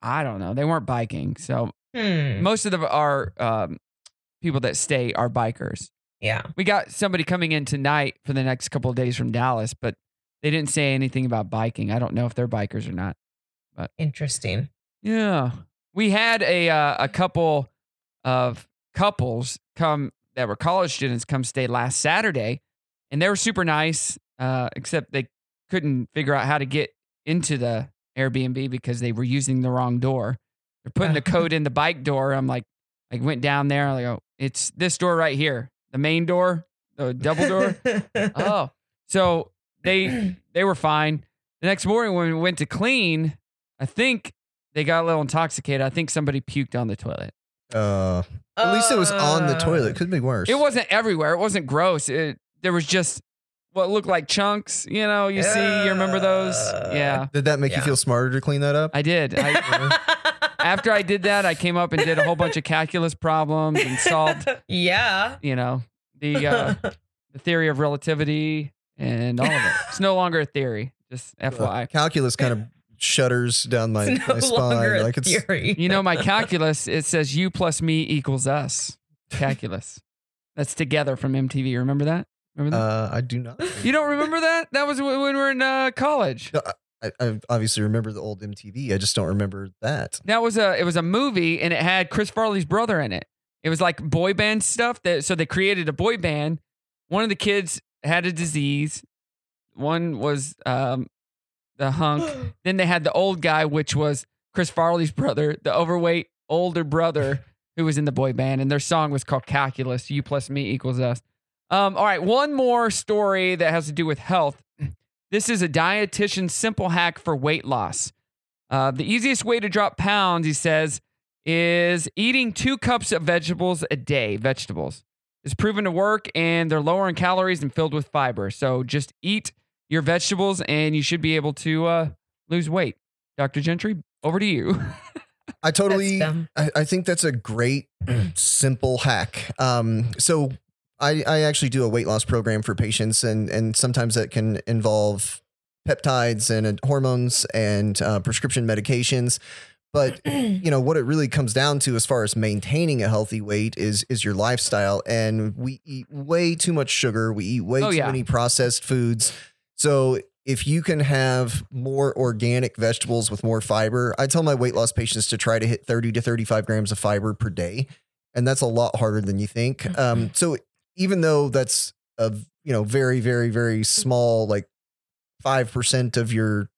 I don't know. They weren't biking, so
Hmm.
most of the, our um, people that stay are bikers.
Yeah.
We got somebody coming in tonight for the next couple of days from Dallas, but they didn't say anything about biking. I don't know if they're bikers or not.
Interesting.
Yeah, we had a uh, a couple of couples come that were college students come stay last Saturday, and they were super nice. Uh, except they couldn't figure out how to get into the Airbnb because they were using the wrong door. They're putting the code in the bike door. I'm like, I went down there. I'm like, oh, it's this door right here, the main door, the double
<laughs>
door oh, so they they were fine. The next morning when we went to clean, I think they got a little intoxicated. I think somebody puked on the toilet.
uh, at least it was on the
Uh,
toilet. Could be worse.
It wasn't everywhere. It wasn't gross. It, there was just what looked like chunks. You know, you see, you remember those? Yeah,
Did that make you
Yeah.
feel smarter to clean that up?
I did. I, after I did that, I came up and did a whole bunch of calculus problems and solved,
yeah.
you know, the
<laughs>
uh, the theory of relativity and all of it. It's no longer a theory. Just FYI.
Uh, calculus kind of shudders down my,
it's
my
no longer
spine.
a
Like it's
theory.
You know, my calculus, it says you plus me equals us. Calculus. That's together from MTV. Remember that? Remember that?
uh, I do not.
you don't remember that? That was wh- when we were in uh, college.
No, I, I obviously remember the old MTV. I just don't remember that.
That was a it was a movie and it had Chris Farley's brother in it. It was like boy band stuff that so they created a boy band. One of the kids had a disease. One was um the hunk. then they had the old guy which was Chris Farley's brother, the overweight older brother who was in the boy band and their song was called Calculus, you plus me equals us. Um all right, one more story that has to do with health. <clears throat> This is a dietitian's simple hack for weight loss. Uh, the easiest way to drop pounds, he says, is eating two cups of vegetables a day. Vegetables is proven to work, and they're lower in calories and filled with fiber. So just eat your vegetables, and you should be able to uh, lose weight. Dr. Gentry, over to you. <laughs>
I <laughs>
That's
totally.
dumb.
I, I think that's a great simple hack. Um, so I, I actually do a weight loss program for patients, and and sometimes that can involve peptides and uh, hormones and uh, prescription medications.
<clears throat>
But you know what it really comes down to, as far as maintaining a healthy weight, is is your lifestyle. And we eat way too much sugar. We eat way
Oh,
too
yeah.
many processed foods. So if you can have more organic vegetables with more fiber, I tell my weight loss patients to try to hit 30 to 35 grams of fiber per day. And that's a lot harder than you think. Um, so even though that's a you know very very very small like five percent of your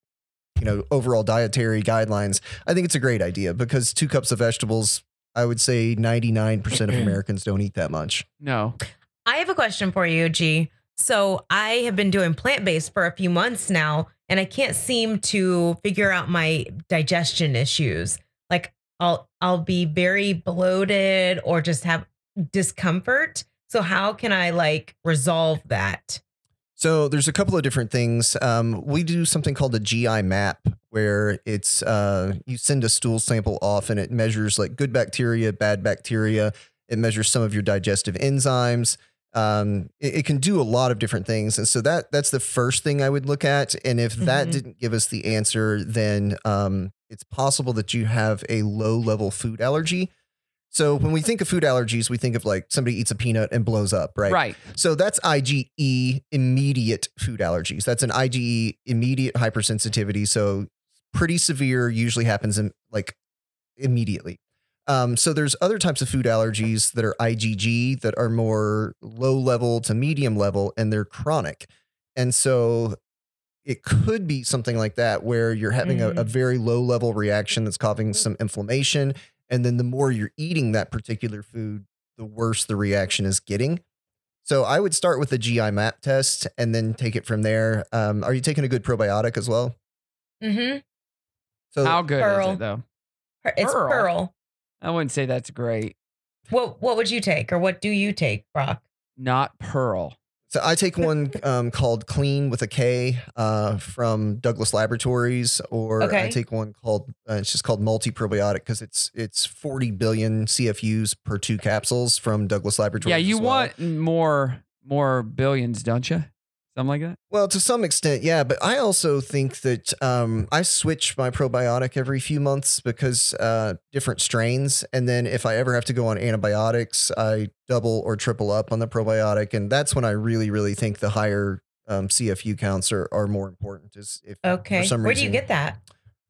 you know overall dietary guidelines, I think it's a great idea because two cups of vegetables, I would say ninety nine percent of Americans don't eat that much.
no.
I have a question for you, G. So I have been doing plant based for a few months now, and I can't seem to figure out my digestion issues. Like I'll I'll be very bloated or just have discomfort. So how can I like resolve that?
So there's a couple of different things. Um, we do something called a GI map, where it's uh, you send a stool sample off, and it measures like good bacteria, bad bacteria. It measures some of your digestive enzymes. Um, it, it can do a lot of different things, and so that that's the first thing I would look at. And if that
Mhm.
didn't give us the answer, then um, it's possible that you have a low level food allergy. So when we think of food allergies, we think of like somebody eats a peanut and blows up, right?
Right.
So that's IgE immediate food allergies. That's an IgE immediate hypersensitivity. So pretty severe, usually happens in like immediately. Um, so there's other types of food allergies that are IgG that are more low level to medium level and they're chronic. And so it could be something like that where you're having a, a very low level reaction that's causing some inflammation. And then the more you're eating that particular food, the worse the reaction is getting. So I would start with the GI map test and then take it from there. Um, are you taking a good probiotic as well?
Mm-hmm.
So
How good is
Pearl.
it though?
It's
Pearl.
pearl.
I wouldn't say that's great.
What what would you take or what do you take, Brock?
Not Pearl.
So I take one um, called Clean with a K uh, from Douglas Laboratories, or I
Okay.
take one called uh, it's just called Multi Probiotic because it's it's forty billion CFUs per two capsules from Douglas Laboratories.
Yeah, you
as well.
want more more billions, don't you? Something like that.
Well, to some extent, yeah, but I also think that um, I switch my probiotic every few months because uh, different strains, and then if I ever have to go on antibiotics, I double or triple up on the probiotic, and that's when I really, really think the higher um, CFU counts are, are more important. Is if
Okay.
for some
Where do
reason,
you get that?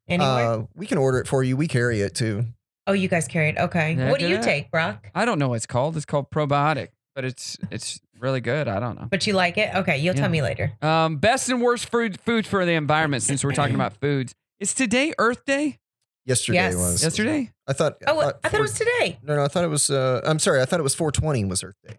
Anywhere?
Uh, we can order it for you. We carry it too.
oh, you guys carry it. Okay.
Yeah,
what do
do
you
that.
take, Brock?
I don't know what it's called. It's called probiotic, but it's it's really good. I don't know.
But you like it? Okay, you'll
Yeah.
tell me later.
Um, best and worst food foods for the environment. Since we're talking about foods, is today Earth Day?
Yesterday
Yes.
was
Yesterday?
I thought.
Oh, I, thought
four-
it was today. <laughs>
No, no, I thought it was. Uh, I'm sorry, I thought it was 420 was Earth Day.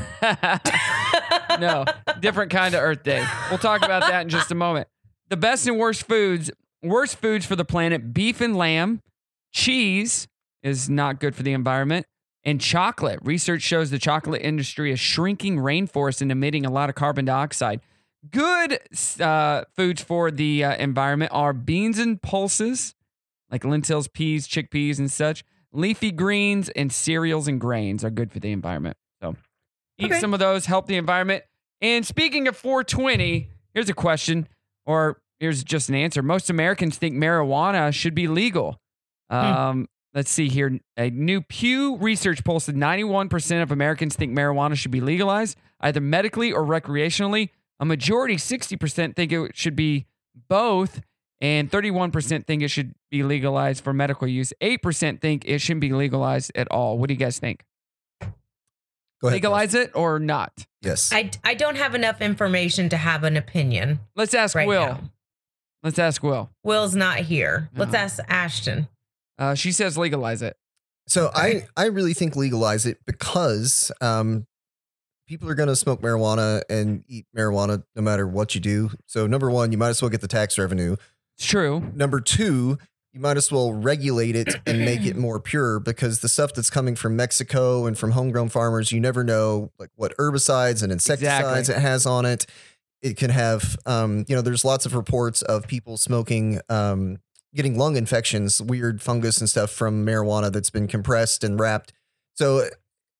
<laughs> <laughs>
<laughs>
no, different kind of Earth Day. We'll talk about that in just a moment. The best and worst foods. Worst foods for the planet: beef and lamb. Cheese is not good for the environment. And chocolate. Research shows the chocolate industry is shrinking rainforests and emitting a lot of carbon dioxide. Good uh, foods for the uh, environment are beans and pulses, like lentils, peas, chickpeas, and such. Leafy greens and cereals and grains are good for the environment. So eat
Okay.
some of those, help the environment. And speaking of 420, here's a question, or here's just an answer. Most Americans think marijuana should be legal. Um, Let's see here. A new Pew research poll said 91% of Americans think marijuana should be legalized, either medically or recreationally. A majority, 60%, think it should be both, and 31% think it should be legalized for medical use. 8% think it shouldn't be legalized at all. What do you guys think?
Go ahead.
Legalize it or not?
Yes.
I, I don't have enough information to have an opinion
Let's ask
right
Will.
now.
Let's ask Will.
Will's not here. Let's
No.
ask Ashton.
Uh, she says legalize it.
So I, I really think legalize it because um, people are going to smoke marijuana and eat marijuana no matter what you do. So number one, you might as well get the tax revenue.
It's true.
Number two, you might as well regulate it and make it more pure because the stuff that's coming from Mexico and from homegrown farmers, you never know like what herbicides and insecticides
Exactly.
it has on it. It can have, um, you know, there's lots of reports of people smoking, um, getting lung infections, weird fungus and stuff from marijuana that's been compressed and wrapped. So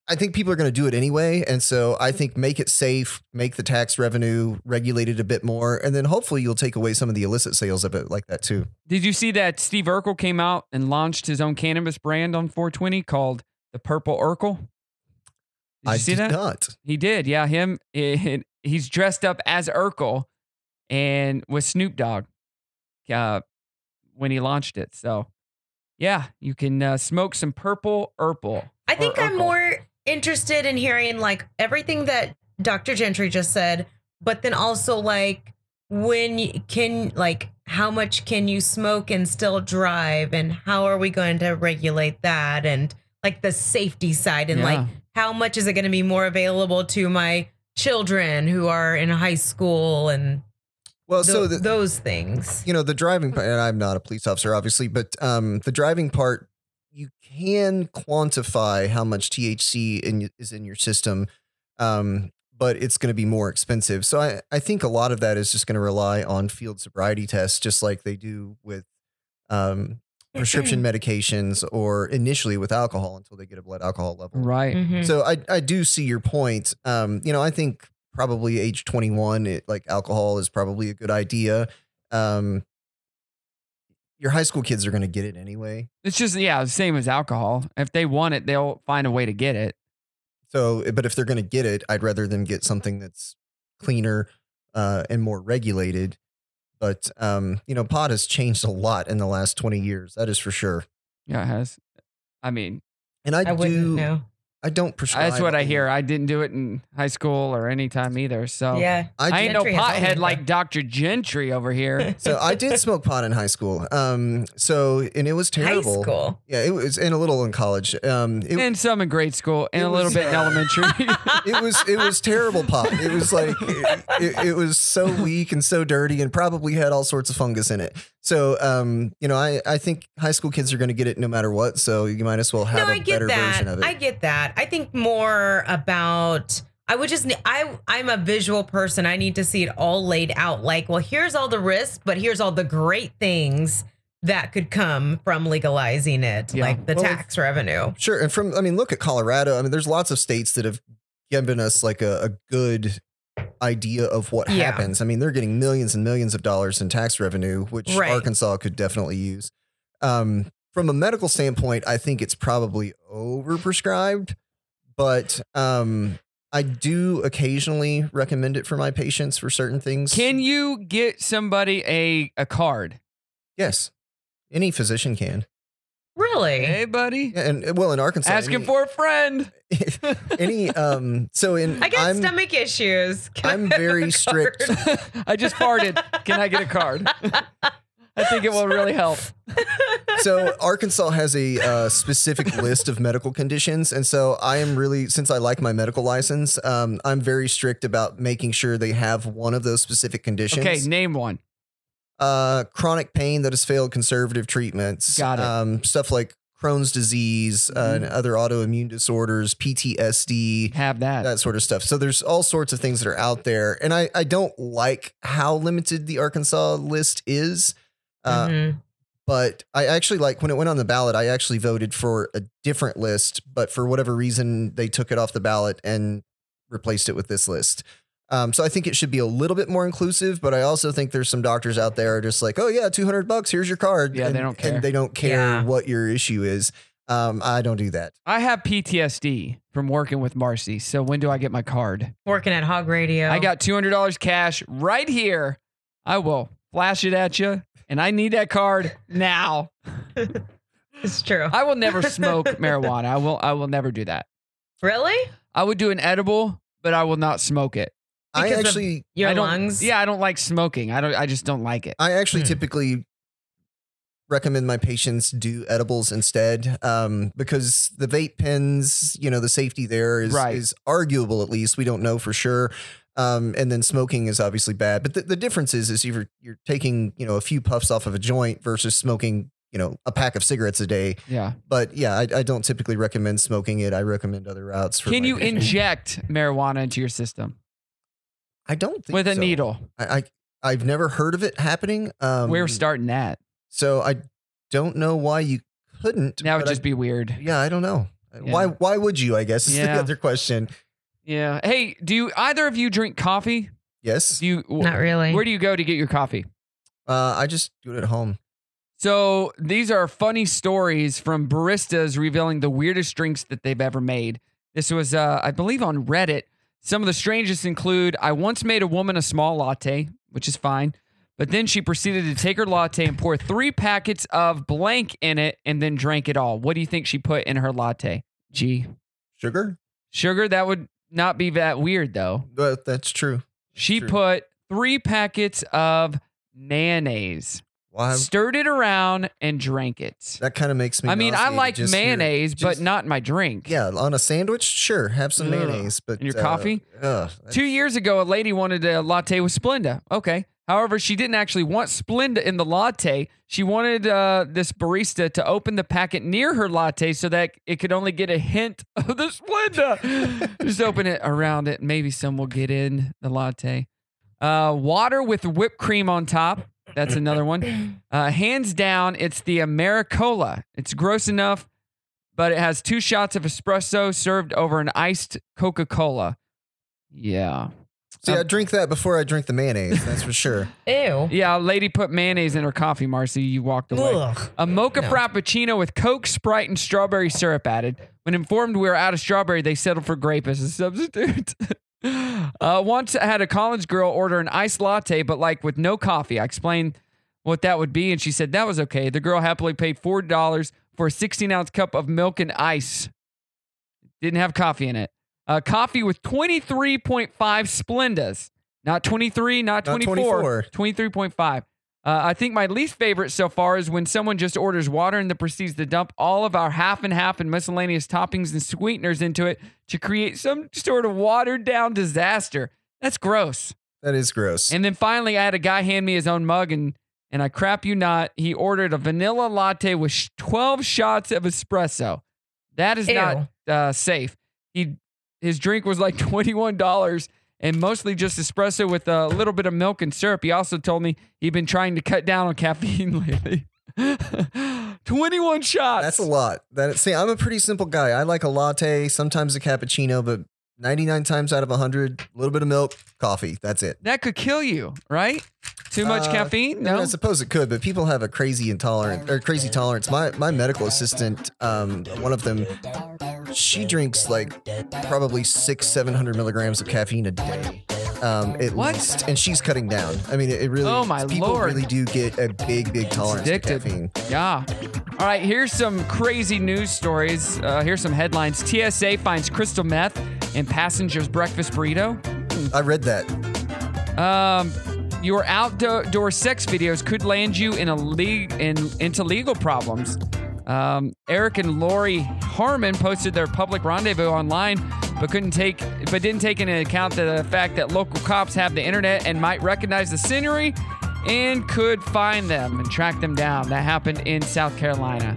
I think people are going to do it anyway. And so I think make it safe, make the tax revenue regulated a bit more, and then hopefully you'll take away some of the illicit sales of it like that too.
Did you see that Steve Urkel came out and launched his own cannabis brand on 420 called the Purple Urkel? Did you
I
see
did
that?
not.
He did. Yeah, him. <laughs> it- he's dressed up as Urkel and with Snoop Dogg uh, when he launched it. So, yeah, you can uh, smoke some purple Urkel.
I
or
think
Oh,
Urkel.
I'm more interested in hearing like everything that Dr. Gentry just said, but then also like when you can like how much can you smoke and still drive and how are we going to regulate that and like the safety side and like
Yeah.
how much is it going to be more available to my children who are in high school and
Well,
tho-
Oh, so the,
those things.
you know the driving part, and I'm not a police officer, obviously, but um, the driving part, you can quantify how much THC in, is in your system, um, but it's going to be more expensive. So I, I think a lot of that is just going to rely on field sobriety tests, just like they do with
<clears throat>
um, prescription medications or initially with alcohol until they get a blood alcohol level.
Right.
Mhm.
So I I do see your point. Um, you know, I think probably age 21, it, like alcohol is probably a good idea. Um, your high school kids are going to get it anyway.
It's just yeah, the same as alcohol. If they want it, they'll find a way to get it.
So, eh, but if they're going to get it, I'd rather them get something that's cleaner uh, and more regulated. But um, you know, pot has changed a lot in the last 20 years. That is for sure.
Yeah, it has. I mean,
And I,
I wouldn't
do.
know.
I don't prescribe.
that's what I
any-
hear. I didn't do it in high school or any time either.
Oh,
So
yeah.
I, do,
I ain't no
Gentry has all
pothead
of
like Dr. Gentry over here.
so I did smoke pot in high school. Um, so and it was
High
terrible.
school.
Yeah, it was, and a little in college. Um, <laughs> it,
and some in grade school and
It
a little
was-
bit in
<laughs>
elementary.
<laughs> it was it was terrible pop. It was like it, it, it was so weak and so dirty, and probably had all sorts of fungus in it. So, um, you know, I I think high school kids are going to get it no matter what. So you might as well
No,
have a
I get
better
that.
version of it.
I get that. I think more about. I would just. ne- I. I'm a visual person. I need to see it all laid out. Like, well, here's all the risks, but here's all the great things that could come from legalizing it,
Yeah.
like the
Well,
tax revenue.
Sure, and from I mean, look at Colorado. I mean, there's lots of states that have given us like a, a good idea of what
Yeah.
happens. I mean, they're getting millions and millions of dollars in tax revenue, which
Right.
Arkansas could definitely use. Um, from a medical standpoint, I think it's probably overprescribed, but um, I do occasionally recommend it for my patients for certain things.
Can you get somebody a, a card?
yes, any physician can.
Really?
Hey, buddy.
Yeah, and well, in Arkansas,
Asking
any,
for a friend. <laughs>
<laughs> any um. So in
I got
I'm-
stomach issues. <laughs> Can I
I'm
have a
very
card?
strict.
I just farted. Can I get a card? I think it will really help.
So Arkansas has a uh, specific list of medical conditions, and so I am really since I like my medical license, um, I'm very strict about making sure they have one of those specific conditions.
Okay, name one.
Uh, chronic pain that has failed conservative treatments.
Got it. Mm-hmm.
Um, stuff like Crohn's disease uh, and other autoimmune disorders, PTSD.
Have that.
that sort of stuff. So there's all sorts of things that are out there, and I I don't like how limited the Arkansas list is. Uh,
Mhm.
But I actually like when it went on the ballot, I actually voted for a different list, but for whatever reason, they took it off the ballot and replaced it with this list. Um, so I think it should be a little bit more inclusive, but I also think there's some doctors out there are just like, oh yeah, 200 bucks, here's your card.
Yeah, they
and,
don't care.
And they don't care
Yeah.
what your issue is. Um, I don't do that.
I have PTSD from working with Marcy. So when do I get my card?
Working at Hog Radio.
I got $200 cash right here. I will flash it at you, and I need that card now.
<laughs> It's true.
I will
<laughs>
never smoke marijuana. I will. I will never do that.
really?
I would do an edible, but I will not smoke it.
I
Because of-
actually
Your
I don't-
lungs?
Yeah, I don't like smoking. I don't. I just don't like it.
I actually
Hmm.
typically recommend my patients do edibles instead um, because the vape pens, you know, the safety there is
Right.
is arguable. At least we don't know for sure. Um, and then smoking is obviously bad. But the, the difference is, is you're you're taking you know a few puffs off of a joint versus smoking you know a pack of cigarettes a day.
Yeah.
But yeah, I, I don't typically recommend smoking it. I recommend other routes. For
Can
my
you
patients.
inject marijuana into your system
I don't think
with a
so.
needle?
I, I I've never heard of it happening. Um,
We're starting that.
So I don't know why you couldn't.
That would
but I-
just be weird.
<laughs> yeah, I don't know.
Yeah.
Why? Why would you? I guess is
Yeah.
the other question.
Yeah. Hey, do you, either of you drink coffee?
Yes,
Do you?
Not really.
Where do you go to get your coffee?
uh, I just do it at home.
So these are funny stories from baristas revealing the weirdest drinks that they've ever made. This was, uh, I believe, on Reddit. Some of the strangest include I once made a woman a small latte, which is fine, but then she proceeded to take her latte and pour three packets of blank in it and then drank it all. What do you think she put in her latte? Gee,
Sugar?
sugar? That would not be that weird though.
But that's true.
She
True.
put three packets of mayonnaise,
Why?
stirred it around, and drank it.
That kind of makes me.
I mean, I
nauseated,
like
just your-
mayonnaise,
just-
but not in my drink.
Yeah, on a sandwich, sure, have some
Ugh.
mayonnaise, but
And your
uh,
coffee?
ugh, that's-
Two years ago, a lady wanted a latte with Splenda. Okay. However, she didn't actually want Splenda in the latte. She wanted uh, this barista to open the packet near her latte so that it could only get a hint <laughs> of the Splenda. Just open it around it. Maybe some will get in the latte. Uh, water with whipped cream on top. That's another one. Uh, hands down, it's the Americola. It's gross enough, but it has two shots of espresso served over an iced Coca Cola. Yeah.
See, I drink that before I drink the mayonnaise. That's
<laughs>
for sure.
Ew.
Yeah, a lady put mayonnaise in her coffee, Marcy. You walked away.
Ugh.
A mocha
No.
frappuccino with Coke, Sprite, and strawberry syrup added. When informed we were out of strawberry, they settled for grape as a substitute. <laughs> uh, once I had a college girl order an iced latte, but like with no coffee. I explained what that would be, and she said that was okay. The girl happily paid $4 for a 16 ounce cup of milk and ice. Didn't have coffee in it. Uh, coffee with 23.5 Splendas. Not 23, not
Not
24. 23.5. Uh, I think my least favorite so far is when someone just orders water and then proceeds to dump all of our half and half and miscellaneous toppings and sweeteners into it to create some sort of watered down disaster. That's gross.
That is gross.
And then finally, I had a guy hand me his own mug, and and I crap you not, he ordered a vanilla latte with sh- twelve shots of espresso. That is not uh, safe. He his drink was like <laughs> twenty one dollars and mostly just espresso with a little bit of milk and syrup. He also told me he'd been trying to cut down on caffeine <laughs> lately. twenty one shots.
That's a lot. That see, I'm a pretty simple guy. I like a latte, sometimes a cappuccino, but 99 times out of 100, a little bit of milk, coffee. That's it.
that could kill you, right? Too much
Uh,
caffeine?
I, mean,
No.
I suppose it could, but people have a crazy intolerant or crazy tolerance. My my medical assistant, um, one of them, she drinks like probably six, seven hundred milligrams of caffeine a day, um, at
What?
least, and she's cutting down. I mean, it, it really.
Oh, my
people
Lord.
Really do get a big, big tolerance
Addicted.
to caffeine.
Yeah. All right, here's some crazy news stories. Uh, here's some headlines. TSA finds crystal meth in passenger's breakfast burrito.
I read that.
Um, your outdoor sex videos could land you in a league in into legal problems. Um, Eric and Lori Harmon posted their public rendezvous online, but couldn't take, but didn't take into account the fact that local cops have the internet and might recognize the scenery and could find them and track them down. That happened in South Carolina.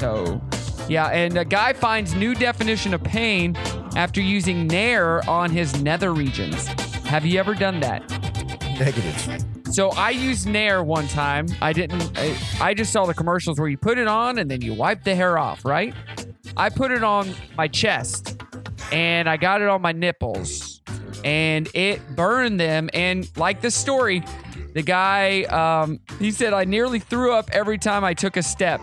So, yeah, and a guy finds new definition of pain after using Nair on his nether regions. Have you ever done that?
Negative.
So I used Nair one time. I didn't. I, I just saw the commercials where you put it on and then you wipe the hair off, right? I put it on my chest, and I got it on my nipples, and it burned them. And like the story, the guy um, he said I nearly threw up every time I took a step.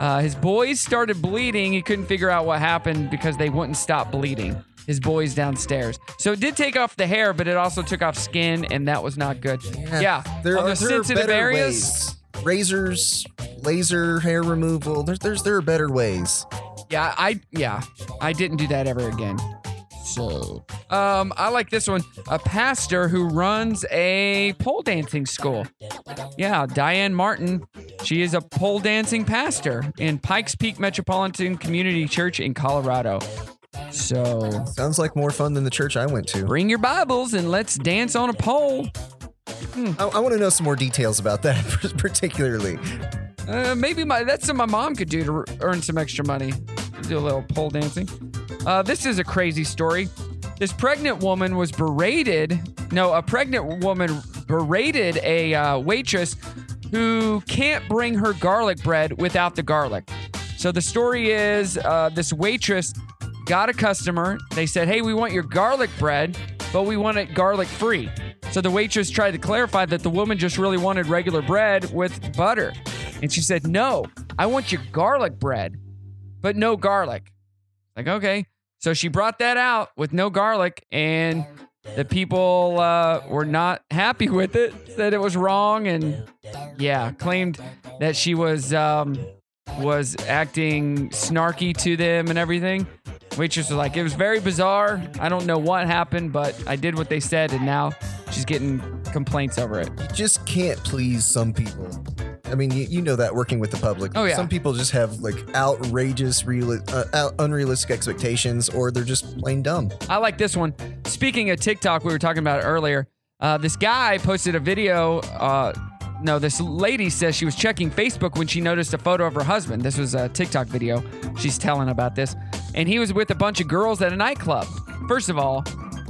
Uh, his boys started bleeding. He couldn't figure out what happened because they wouldn't stop bleeding. His boys downstairs. So it did take off the hair, but it also took off skin, and that was not good. Yeah,
there
on the
are there
sensitive
are better
areas.
Ways. Razors, laser hair removal. There's there's there are better ways.
Yeah, I yeah, I didn't do that ever again. So, um, I like this one. A pastor who runs a pole dancing school. Yeah, Diane Martin. She is a pole dancing pastor in Pikes Peak Metropolitan Community Church in Colorado. So,
Sounds like more fun than the church I went to.
bring your Bibles and let's dance on a pole.
I, I want to know some more details about that, <laughs> particularly.
Uh, maybe my that's something my mom could do to r- earn some extra money. Do a little pole dancing. Uh, this is a crazy story. This pregnant woman was berated. No, a pregnant woman berated a uh, waitress who can't bring her garlic bread without the garlic. So the story is uh, this waitress got a customer. They said, "Hey, we want your garlic bread, but we want it garlic free." So the waitress tried to clarify that the woman just really wanted regular bread with butter. And she said, "No, I want your garlic bread, but no garlic." Like, okay. So she brought that out with no garlic and the people uh, were not happy with it, said it was wrong, and yeah, claimed that she was um, was acting snarky to them and everything. Waitress was like, it was very bizarre. I don't know what happened, but I did what they said, and now she's getting complaints over it.
You just can't please some people. I mean, you, you know that working with the public.
Oh, yeah.
Some people just have like outrageous, real, uh, out, unrealistic expectations, or they're just plain dumb.
I like this one. Speaking of TikTok, we were talking about it earlier. Uh, this guy posted a video. Uh, no, this lady says she was checking Facebook when she noticed a photo of her husband. This was a TikTok video. She's telling about this. And he was with a bunch of girls at a nightclub. First of all,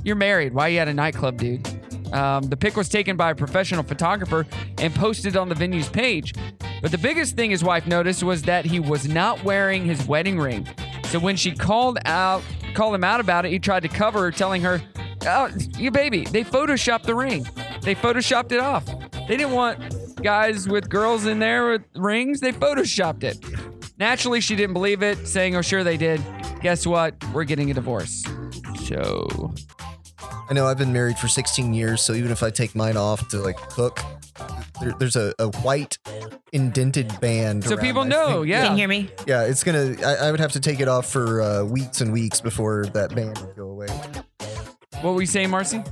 you're married. Why are you at a nightclub, dude? Um, the pic was taken by a professional photographer and posted on the venue's page. But the biggest thing his wife noticed was that he was not wearing his wedding ring. So when she called out, called him out about it, he tried to cover her, telling her, "Oh, you baby, they photoshopped the ring. They photoshopped it off. They didn't want guys with girls in there with rings. They photoshopped it." Naturally, she didn't believe it, saying, "Oh, sure they did. Guess what? We're getting a divorce." So
I know I've been married for 16 years, so even if I take mine off to like cook, there, there's a, a white indented band.
So
around
people
my
know,
finger.
yeah.
Can you hear me?
Yeah, it's gonna. I, I would have to take it off for uh, weeks and weeks before that band would go away.
what were you saying, Marcy?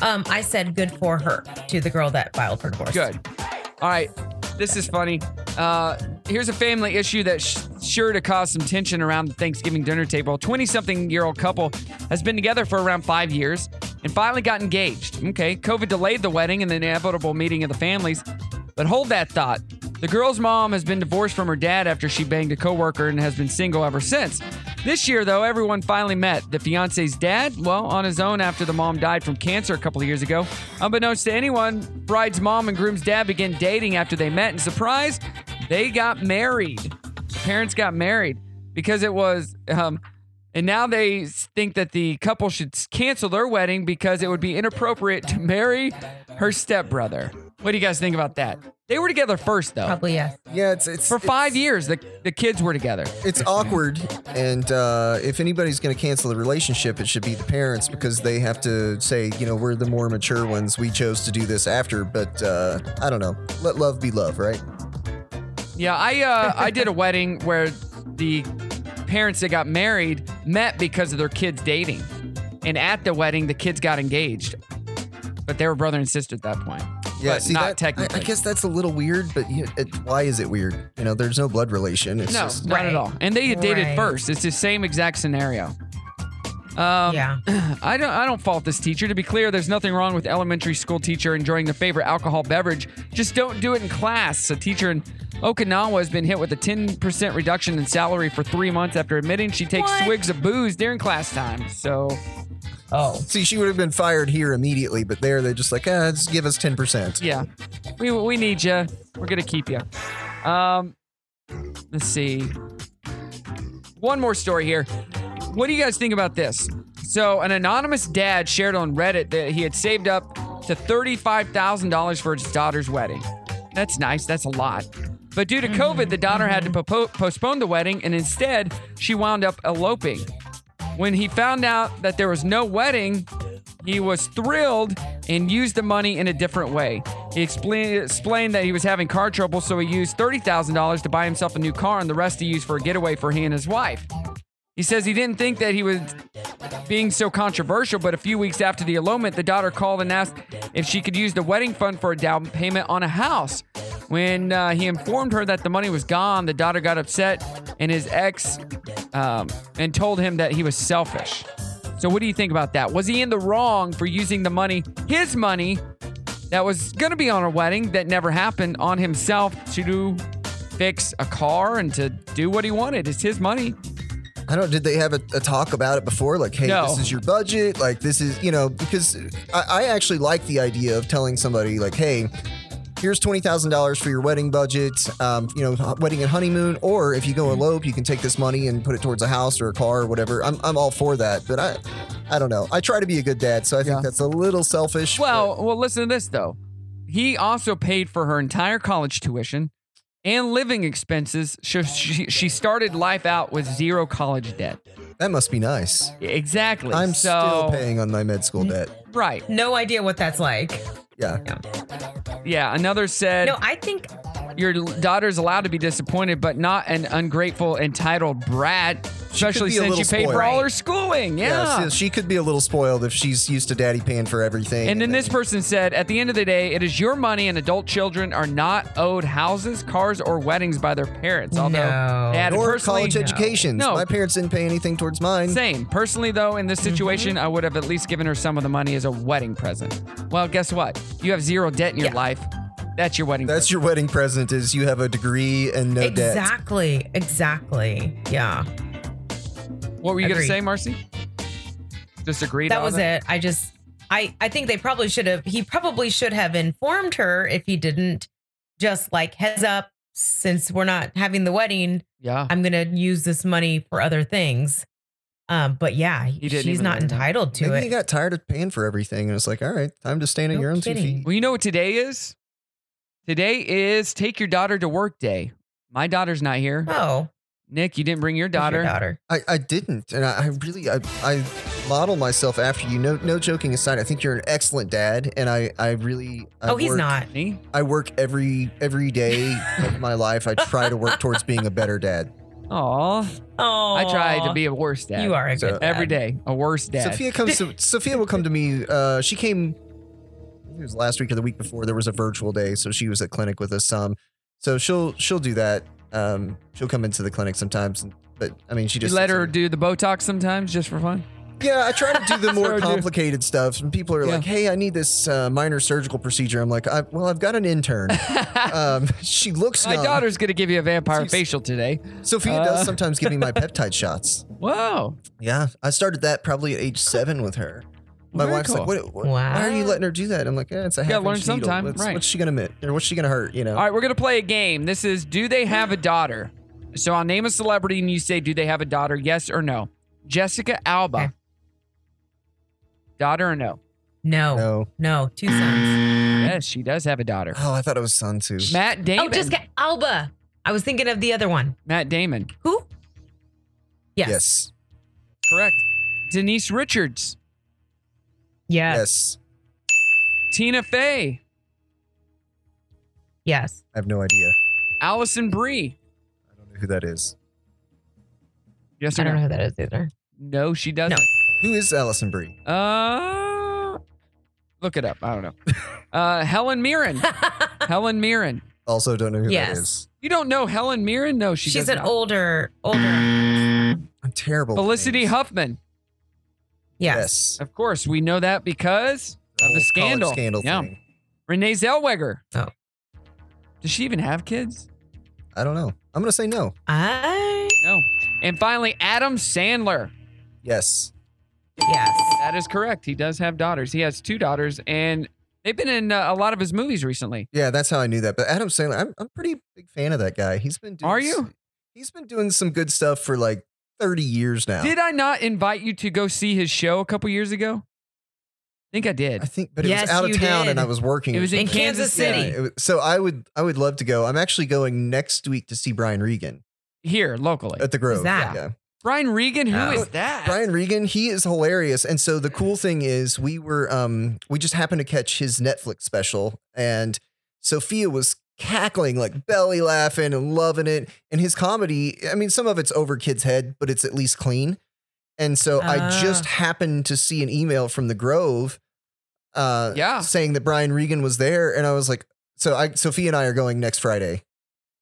Um, I said good for her to the girl that filed for divorce.
Good. All right. This is funny. Uh, here's a family issue that's sure to cause some tension around the Thanksgiving dinner table. A 20 something year old couple has been together for around five years and finally got engaged. Okay. COVID delayed the wedding and the inevitable meeting of the families. But hold that thought. The girl's mom has been divorced from her dad after she banged a coworker and has been single ever since. This year, though, everyone finally met. The fiance's dad, well, on his own after the mom died from cancer a couple of years ago. Unbeknownst to anyone, bride's mom and groom's dad began dating after they met, and surprise, they got married. Parents got married because it was, um, and now they think that the couple should cancel their wedding because it would be inappropriate to marry her stepbrother. What do you guys think about that? They were together first, though.
Probably yes.
Yeah, it's it's
For five years, the, the kids were together.
it's awkward and uh, if anybody's going to cancel the relationship it should be the parents because they have to say you know we're the more mature ones we chose to do this after but uh, i don't know let love be love right
Yeah, I uh, I did a wedding where the parents that got married met because of their kids dating, and at the wedding the kids got engaged, but they were brother and sister at that point. but not
that-
technically.
I, I guess that's a little weird but you it, why is it weird you know there's no blood relation it's
no,
just
not at
Right.
all. And they dated
Right.
first. It's the same exact scenario. Um,
yeah.
I don't I don't fault this teacher. To be clear, there's nothing wrong with elementary school teacher enjoying their favorite alcohol beverage. Just don't do it in class. A teacher in Okinawa has been hit with a 10% reduction in salary for 3 months after admitting she takes
What?
swigs of booze during class time. So,
Oh.
see she would have been fired here immediately but there they're just like ah, just give us 10%
yeah. We we need you. We're going to keep you. Um let's see. One more story here. What do you guys think about this? So, an anonymous dad shared on Reddit that he had saved up to $35,000 for his daughter's wedding. That's nice. That's a lot. But due to COVID, the daughter had to popo- postpone the wedding and instead she wound up eloping. When he found out that there was no wedding, he was thrilled and used the money in a different way. He explained, explained that he was having car trouble, so he used $30,000 to buy himself a new car and the rest he used for a getaway for he and his wife. He says he didn't think that he was being so controversial, but a few weeks after the elopement, the daughter called and asked if she could use the wedding fund for a down payment on a house. When uh, he informed her that the money was gone, the daughter got upset and his ex um, and told him that he was selfish. So, what do you think about that? Was he in the wrong for using the money, his money, that was going to be on a wedding that never happened, on himself to do, fix a car and to do what he wanted? It's his money.
I don't. Did they have a, a talk about it before? Like, hey,
No.
this is your budget. Like, this is you know because I, I actually like the idea of telling somebody like, hey, here's twenty thousand dollars for your wedding budget. Um, you know, h- wedding and honeymoon, or if you go
Mm-hmm.
elope, you can take this money and put it towards a house or a car or whatever. I'm I'm all for that, but I. I don't know. I try to be a good dad, so I think
Yeah.
that's a little selfish.
Well, well, listen to this though. He also paid for her entire college tuition and living expenses. She, she, she started life out with zero college debt.
but that must be nice.
Exactly.
I'm
so, Mm-hmm.
still paying on my med school debt.
Right.
No idea what that's like.
Yeah.
Yeah. Another said.
No, I think
your daughter's allowed to be disappointed, but not an ungrateful, entitled brat. Especially
be a
since
little
you paid for all
spoiled.
her schooling.
Yeah,
Yeah.
she, she could be a little spoiled if she's used to daddy paying for everything.
and then
then-
this person said, at the end of the day, it is your money, and adult children are not owed houses, cars, or weddings by their parents. Although,
No.
they had
or
personally-
college educations.
No.
My parents didn't pay anything towards mine.
Same. Personally, though, in this situation, I would have at least given her some of the money as a wedding present. Well, guess what? You have zero debt in your
Yeah.
life. That's your wedding
That's your wedding present is you have a degree and no debt.
exactly. Exactly. Yeah.
present. What were you going to
Agreed.
say, Marcy? Disagreed
That
on
was
it?
it. I just I I think they probably should have he probably should have informed her if he didn't just like heads up since we're not having the wedding,
Yeah.
I'm going to use this money for other things. Um but yeah,
didn't
she's
even
not
learn that.
entitled to
Maybe
it.
you got tired of paying for everything and it's like, all right, time to stand on
No
your own two
kidding.
feet.
Well, you know what today is? Today is take your daughter to work day. My daughter's not here.
oh,
Nick, you didn't bring your
it's
daughter.
your daughter.
I, I didn't, and I, I really I, I model myself after you. No no joking aside, I think you're an excellent dad, and I I really I
oh, he's
work-
not.
Me?
I work every every day of my life. I try to work towards being a better dad.
Aw.
Oh.
I tried to be a worse dad.
You are a good
So-
dad.
Every day, a worse dad.
Sophia
<laughs>
comes. To, Sophia will come to me. Uh, she came. I think It was last week or the week before. There was a virtual day, so she was at clinic with us some. So she'll she'll do that. Um, she'll come into the clinic sometimes, and, but I mean, she
you
just
let
sits
her
there.
do the Botox sometimes just for fun?
Yeah, I try to do
<laughs>
the
Sure
more
do.
complicated stuff, and people are
Yeah.
like, "Hey, I need this uh, minor surgical procedure." I'm like, I, "Well, I've got
<laughs>
an intern. um, she looks
My
young.
daughter's going to give you a vampire
She's-
facial today.
Sophia
Uh.
does sometimes give
<laughs>
me my peptide shots.
Whoa.
Yeah, I started that probably at age seven with her. My
Very
wife's
cool.
like, what, what,
Wow.
why are you letting her do that? I'm like, eh, it's a half
gotta learn
inch needle.
sometime,
What's,
right.
what's she gonna miss? Or what's she gonna hurt? You know.
All right, we're going to play a game. This is Do They Have a Daughter? So I'll name a celebrity and you say, Do they have a daughter? Yes or no? Jessica Alba.
Okay.
Daughter or no?
No, no,
No.
two sons.
Yes, she does have a daughter.
Mm. Oh, I thought it was Sun too.
Matt Damon.
Oh, Jessica Alba. I was thinking of the other one.
Matt Damon.
Who? Yes. Yes.
Yes.
Correct. Denise Richards.
Yes.
Yes.
Tina Fey.
I have no idea.
Allison Brie.
I don't know who that is.
Yes
I
or
don't know
no?
who that is either.
No, she doesn't.
Who is Allison Brie?
Uh, look it up. I don't know. Uh, Helen
<laughs>
Mirren. Helen Mirren.
Also, don't know who
Yes.
that is.
You don't know Helen Mirren? No, she
She's
does
an
not.
older, older.
I'm terrible. with
Felicity
names.
Huffman.
Yes.
Yes.
Of course, we know that because of
whole
the
college
scandal.
Scandal
yeah.
thing.
Renee Zellweger.
Oh.
Does she even have kids?
I don't know. I'm gonna say no.
I.
No. And finally, Adam Sandler.
Yes.
Yes.
That is correct. He does have daughters. He has two daughters, and they've been in uh, a lot of his movies recently.
Yeah, that's how I knew that. But Adam Sandler, I'm I'm pretty big fan of that guy. He's been doing
Are
s-
you?
He's been doing some good stuff for like 30 years now.
Did I not invite you to go see his show a couple years ago? I think I did.
I think, but it
Yes,
was out
you
of town,
did.
and I was working.
It was in,
In Kansas City.
Yeah, it was- so I would, I would love to go. I'm actually going next week to see Brian Regan
Here, locally.
at the Grove.
that?
Yeah.
Brian Regan, Who is
Oh.
that?
Brian Regan, he is hilarious. And so the cool thing is, we were, um, we just happened to catch his Netflix special, and Sophia was cackling, like belly laughing and loving it. And his comedy, I mean, some of it's over kids' head, but it's at least clean. And so I
Ah.
just happened to see an email from the Grove. Uh,
Yeah.
saying that Brian Regan was there, and I was like, so I Sophia and I are going next Friday.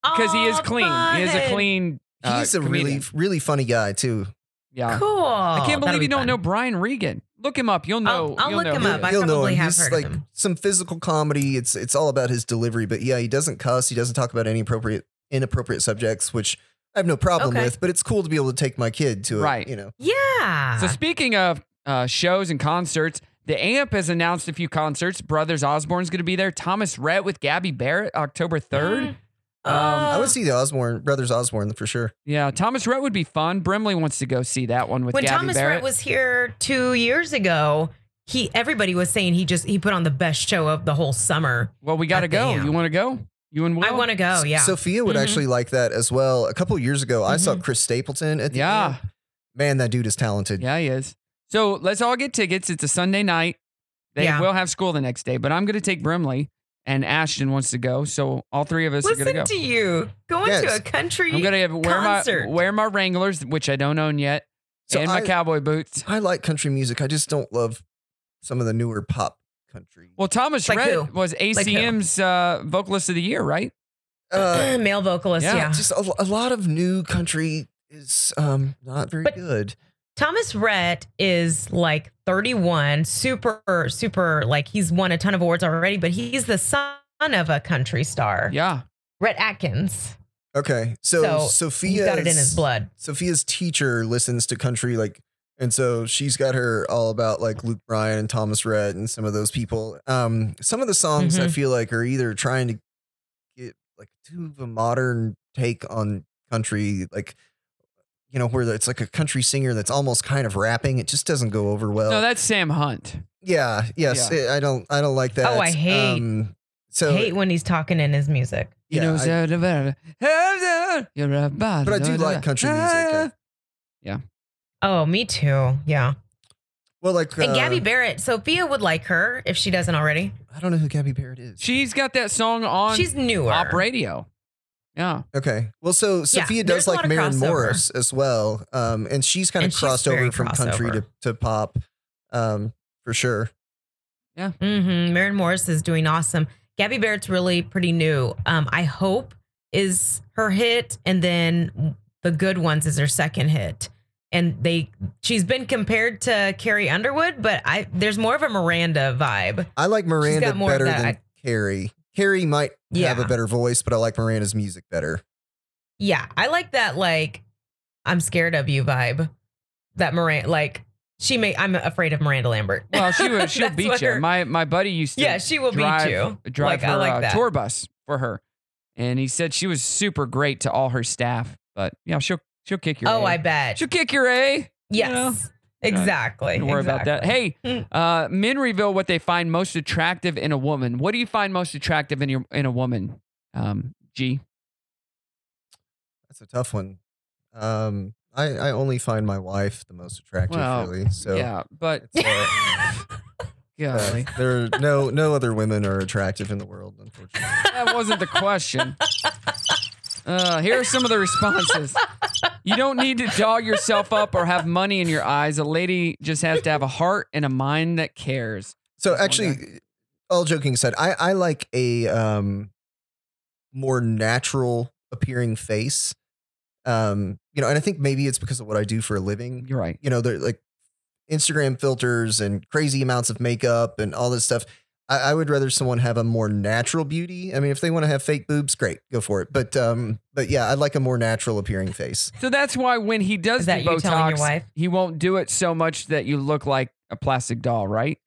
Because he is
Oh,
clean. He is a
fun.
clean. uh,
He's a really
comedian.
really funny guy too.
Yeah.
Cool.
I can't
That'll
believe you
Oh, be
don't
fun.
know Brian Regan. Look him up. You'll know.
I'll
you'll
look
know
him
who
up.
he
I
is.
You'll know
probably
him.
have
He's
heard of
like
him.
some physical comedy. It's it's all about his delivery, but yeah, he doesn't cuss. He doesn't talk about any appropriate inappropriate subjects, which I have no problem
Okay.
with. But it's cool to be able to take my kid to
Right.
it. You know,
Yeah.
So speaking of uh, shows and concerts, the AMP has announced a few concerts. Brothers Osborne's going to be there. Thomas Rhett with Gabby Barrett, October
Mm.
3rd.
Mm-hmm.
Um,
I
Oh,
would see the Osborne brothers Osborne for sure.
Yeah, Thomas Rhett would be fun. Brimley wants to go see that one with
when
Gabby
Thomas
Barrett.
Rhett was here two years ago, he everybody was saying he just he put on the best show of the whole summer.
well, we got to
at the
go.
AMP.
You want to go? You and Will?
I want to go. Yeah.
Sophia would
Mhm.
actually like that as well. A couple years ago, I
Mm-hmm.
saw Chris Stapleton at the
Yeah.
Amp. Man, that dude is talented.
Yeah, he is. So let's all get tickets. It's a Sunday night. They
Yeah.
will have school the next day, but I'm going to take Brimley and Ashton wants to go. So all three of us are
Listen
gonna go.
to you going to
Yes.
a country.
I'm gonna have- wear
concert.
my wear my Wranglers, which I don't own yet,
So
and my
I-
cowboy boots.
I like country music. I just don't love some of the newer pop country.
Well, Thomas
Like
Rhett
who?
was ACM's uh, vocalist of the year, right?
uh,
male vocalist.
yeah,
Yeah,
just a, a lot of new country is um not very
But-
good.
Thomas Rhett is like 31, super, super. Like he's won a ton of awards already, but he's the son of a country star,
Yeah,
Rhett Atkins.
Okay, so,
So, He's
Sophia
got it in his blood.
Sophia's teacher listens to country like and so she's got her all about like Luke Bryan and Thomas Rhett and some of those people. Um some of the songs I
Mhm.
feel like are either trying to get like too of a modern take on country like you know where it's like a country singer that's almost kind of rapping it just doesn't go over well.
no, that's Sam Hunt.
yeah, yes, it- I don't I don't like that.
Oh, I hate-
um, so
Hate when he's talking in his music.
You
Yeah,
know,
I-
I, you're a
but I do like country music.
Ah.
Ah.
I-
Oh, me too. Yeah.
Well like
and
uh,
Gabby Barrett, Sophia would like her if she doesn't already.
I don't know who Gabby Barrett is.
She's got that song on
She's newer.
op radio. Yeah,
Okay. Well, so Sophia
there's
does
a lot
like
of
Maren
crossover.
Morris as well. Um, and she's kind
And
of
she's
crossed over
very
from country to,
crossover.
to pop um, for sure.
Mm-hmm. Maren Morris is doing awesome. Gabby Barrett's really pretty new. Um, I hope is her hit, and then the good ones is her second hit. And they, she's been compared to Carrie Underwood, but I there's more of a Miranda vibe.
I like Miranda
more of
better
that.
than
I-
Carrie. Carrie might have a
Yeah.
better voice, but I like Miranda's music better.
Yeah, I like that. Like, I'm scared of you vibe. That Miranda, like she may, I'm afraid of Miranda Lambert.
well, she will. She'll
<laughs> That's
beat
what
you.
her-
My my buddy used to.
yeah, she will
drive-
beat you.
Drive
Like,
her
I like
uh,
that.
tour bus for her, and he said she was super great to all her staff. But yeah, she'll she'll kick your.
Oh,
I
I bet.
she'll kick your a.
Yes, exactly.
Don't worry about that.
exactly.
Hey,
Mm.
uh, men reveal what they find most attractive in a woman. What do you find most attractive in your in a woman? Um, G.
That's a tough one. Um, I, I only find my wife the most attractive,
Well,
really. So
yeah, but
it's, uh, uh,
golly,
<laughs> there are no no other women are attractive in the world, unfortunately.
that wasn't the question. Uh, here are some of the responses. You don't need to dog yourself up or have money in your eyes. A lady just has to have a heart and a mind that cares.
So
That's one
actually, all joking aside, I, I like a um more natural appearing face. Um, you know, and I think maybe it's because of what I do for a living.
You're right.
You know, they're like Instagram filters and crazy amounts of makeup and all this stuff. I, I would rather someone have a more natural beauty. I mean, if they want to have fake boobs, great, go for it. But um, but yeah, I like a more natural appearing face.
So that's why when he does
Is that
the
you telling your
Botox,
wife?
he won't do it so much that you look like a plastic doll, right?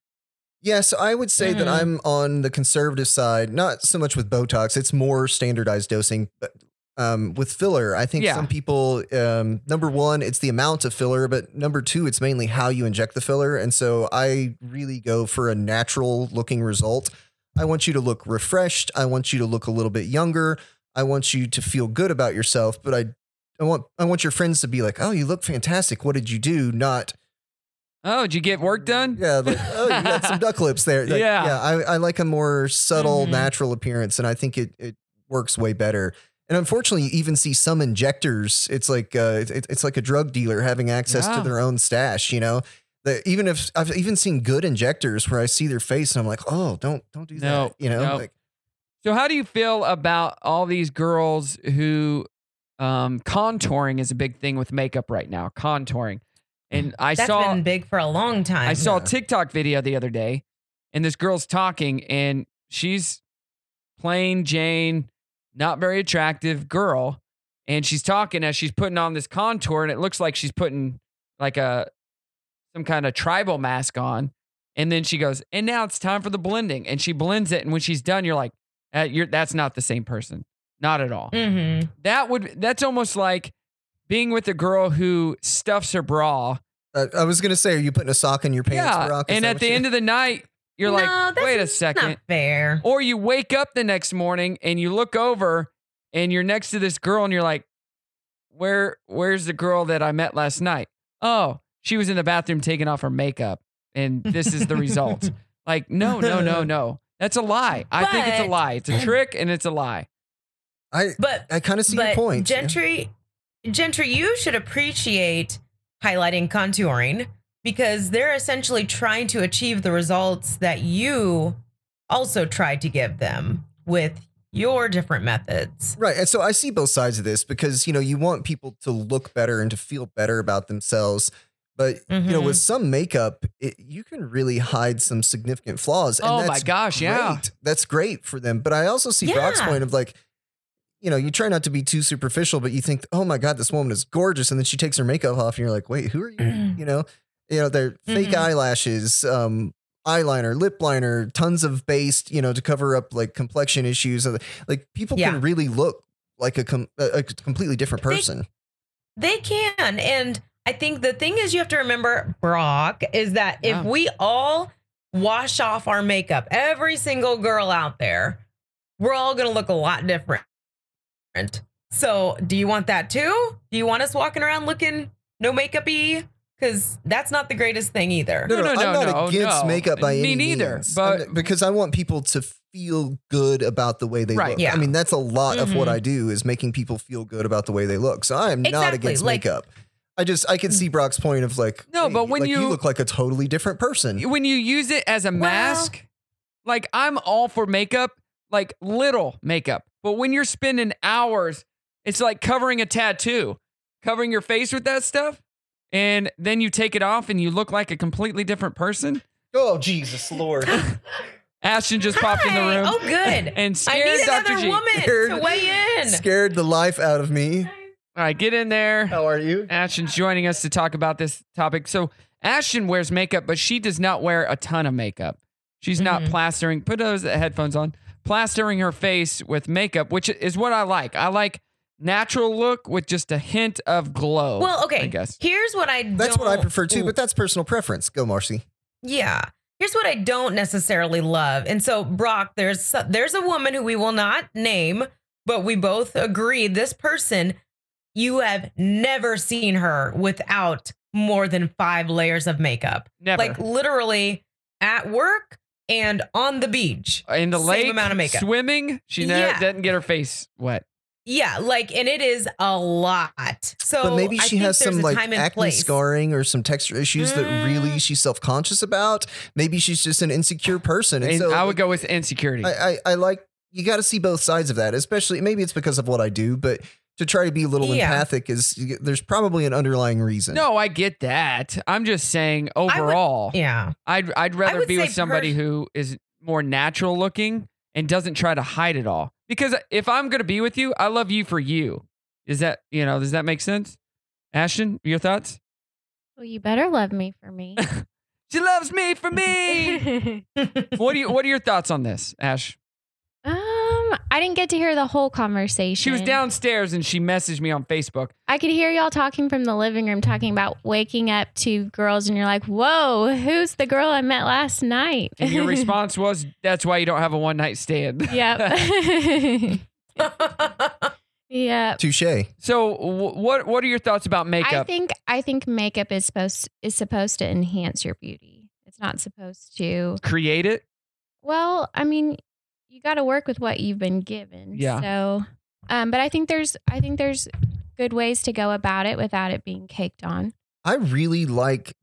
Yeah, so I would say that
Mm.
I'm on the conservative side, not so much with Botox. It's more standardized dosing. But um, with filler, I think
Yeah.
some people, um, number one, it's the amount of filler, but number two, it's mainly how you inject the filler. And so I really go for a natural looking result. I want you to look refreshed. I want you to look a little bit younger. I want you to feel good about yourself, but I, I want I want your friends to be like, "Oh, you look fantastic. What did you do?" Not
Oh, did you get work done?
yeah, like, oh, you got some duck lips there. Like,
Yeah. Mm-hmm.
yeah. I, I like a more subtle,
Mhm.
natural appearance, and I think it it works way better. And unfortunately, you even see some injectors. It's like uh, it's- it's it's like a drug dealer having access
Yeah.
to their own stash. You know, that even if I've even seen good injectors where I see their face and I'm like, oh, don't don't do
No,
that. You know,
no.
like
So how do you feel about all these girls who um contouring is a big thing with makeup right now, contouring. And I
That's
saw
been big for a long time.
I saw a
Yeah.
TikTok video the other day and this girl's talking and she's plain Jane, not very attractive girl and she's talking as she's putting on this contour and it looks like she's putting like a some kind of tribal mask on and then she goes and now it's time for the blending and she blends it and when she's done you're like uh, you're that's not the same person not at all
Mm-hmm.
that would that's almost like being with a girl who stuffs her bra
I, I was gonna say, are you putting a sock in your pants?
yeah
Barack? Is
and
that
at
what
the
you-
end of the night you're like wait a second
Not fair.
Or you wake up the next morning and you look over and you're next to this girl and you're like, "Where where's the girl that I met last night?" Oh, she
<laughs>
was in the bathroom taking off her makeup and this is the result. Like, no, no, no, no. That's a lie. I think it's a
But-
lie. It's a trick and it's a lie.
I
But
I kind of see your
but
point. yeah.
Gentry, Gentry, you should appreciate highlighting contouring because they're essentially trying to achieve the results that you also tried to give them with your different methods. <clears throat>
Right. And so I see both sides of this because, you know, you want people to look better and to feel better about themselves. But, you know,
Mhm.
Mm-hmm.
with some makeup, it, you can really hide some significant flaws. And
Oh my
that's
gosh, yeah.
great. That's great for them. But I also see Brock's
Yeah.
point of like, you know, you try not to be too superficial, but you think, oh my God, this woman is gorgeous. And then she takes her makeup off and you're like, wait, who are you? you know, you know, they're fake
Mm-hmm.
Mhm.
eyelashes, um, eyeliner, lip liner, tons of base, you know, to cover up like complexion issues. Like people
Yeah.
can really look like a, com- a a completely different
They-
person.
They can. And I think the thing is, you have to remember, Brock, is that
Yeah.
if we all wash off our makeup, every single girl out there, we're all going to look a lot different. So, do you want that too? Do you want us walking around looking no makeup y? Because that's not the greatest thing either.
No, no, no,
I'm not
no,
against
no.
makeup by
Me
any
neither,
means.
but-
I'm- because I want people to feel good about the way they
Right, Mm-hmm.
look.
yeah.
I mean, that's a lot of what
Mhm.
I do is making people feel good about the way they look. So I am not
Exactly,
against
like-
makeup. I just I can see Brock's point of like
Mm. No,
hey,
but when
like,
you-
look like a totally different person.
When you use it as a mask, like I'm all for makeup, like little makeup. But when you're spending hours, it's like covering a tattoo, covering your face with that stuff. And then you take it off and you look like a completely different person.
Oh Jesus Lord.
Ashton just popped in the
Hi.
room.
Oh, good.
<laughs> And
I
scared
need
Dr.
another
G.
woman to weigh in.
Scared the life out of me.
All right, get in there.
How are you?
Ashton's joining us to talk about this topic. So Ashton wears makeup, but she does not wear a ton of makeup. She's not
Mhm.
plastering. Put those headphones on. Plastering her face with makeup, which is what I like. I like natural look with just a hint of glow.
Well, okay.
I guess.
Here's what I
That's what I
don't-
prefer too, but that's personal preference. Go, Marcy.
Yeah. Here's what I don't necessarily love. And so Brock, there's there's a woman who we will not name, but we both agree this person you have never seen her without more than 5 layers of makeup.
Never
Like literally at work and on the beach.
in the
same
lake.
amount of makeup.
Swimming, she never,
Yeah.
doesn't get her face wet.
Yeah, like and it is a lot. So
but maybe
I
she
think
has
there's
some
a
like
time and
acne
place.
scarring or some texture issues that really
Mm.
she's self conscious about. Maybe she's just an insecure person. And,
And
so
I would go with insecurity.
I, I, I like you got to see both sides of that, especially maybe it's because of what I do, but to try to be a little
Yeah.
empathic is there's probably an underlying reason.
no, I get that. I'm just saying overall.
Yeah. <laughs>
I'd I'd rather
would
be
say
with somebody
pers-
who is more natural looking and doesn't try to hide it all. Because if I'm gonna be with you, I love you for you. Is that you know? Does that make sense? Ashton, your thoughts?
Well, you better love me for me.
<laughs> She loves me for me.
<laughs> um,
what do you What are your thoughts on this, Ash?
I didn't get to hear the whole conversation.
She was downstairs and she messaged me on Facebook.
I could hear y'all talking from the living room, talking about waking up to girls, and you're like, "Whoa, who's the girl I met last night?"
And
<laughs>
your response was, "That's why you don't have a one night stand."
yep. <laughs> yep.
Touche.
So, wh- what what are your thoughts about
I
makeup?
think I think makeup is supposed is supposed to enhance your beauty. It's not supposed to.
Create it.
Well, I mean, you got to work with what you've been given.
Yeah.
So, um, but I think there's I think there's good ways to go about it without it being caked on.
I really like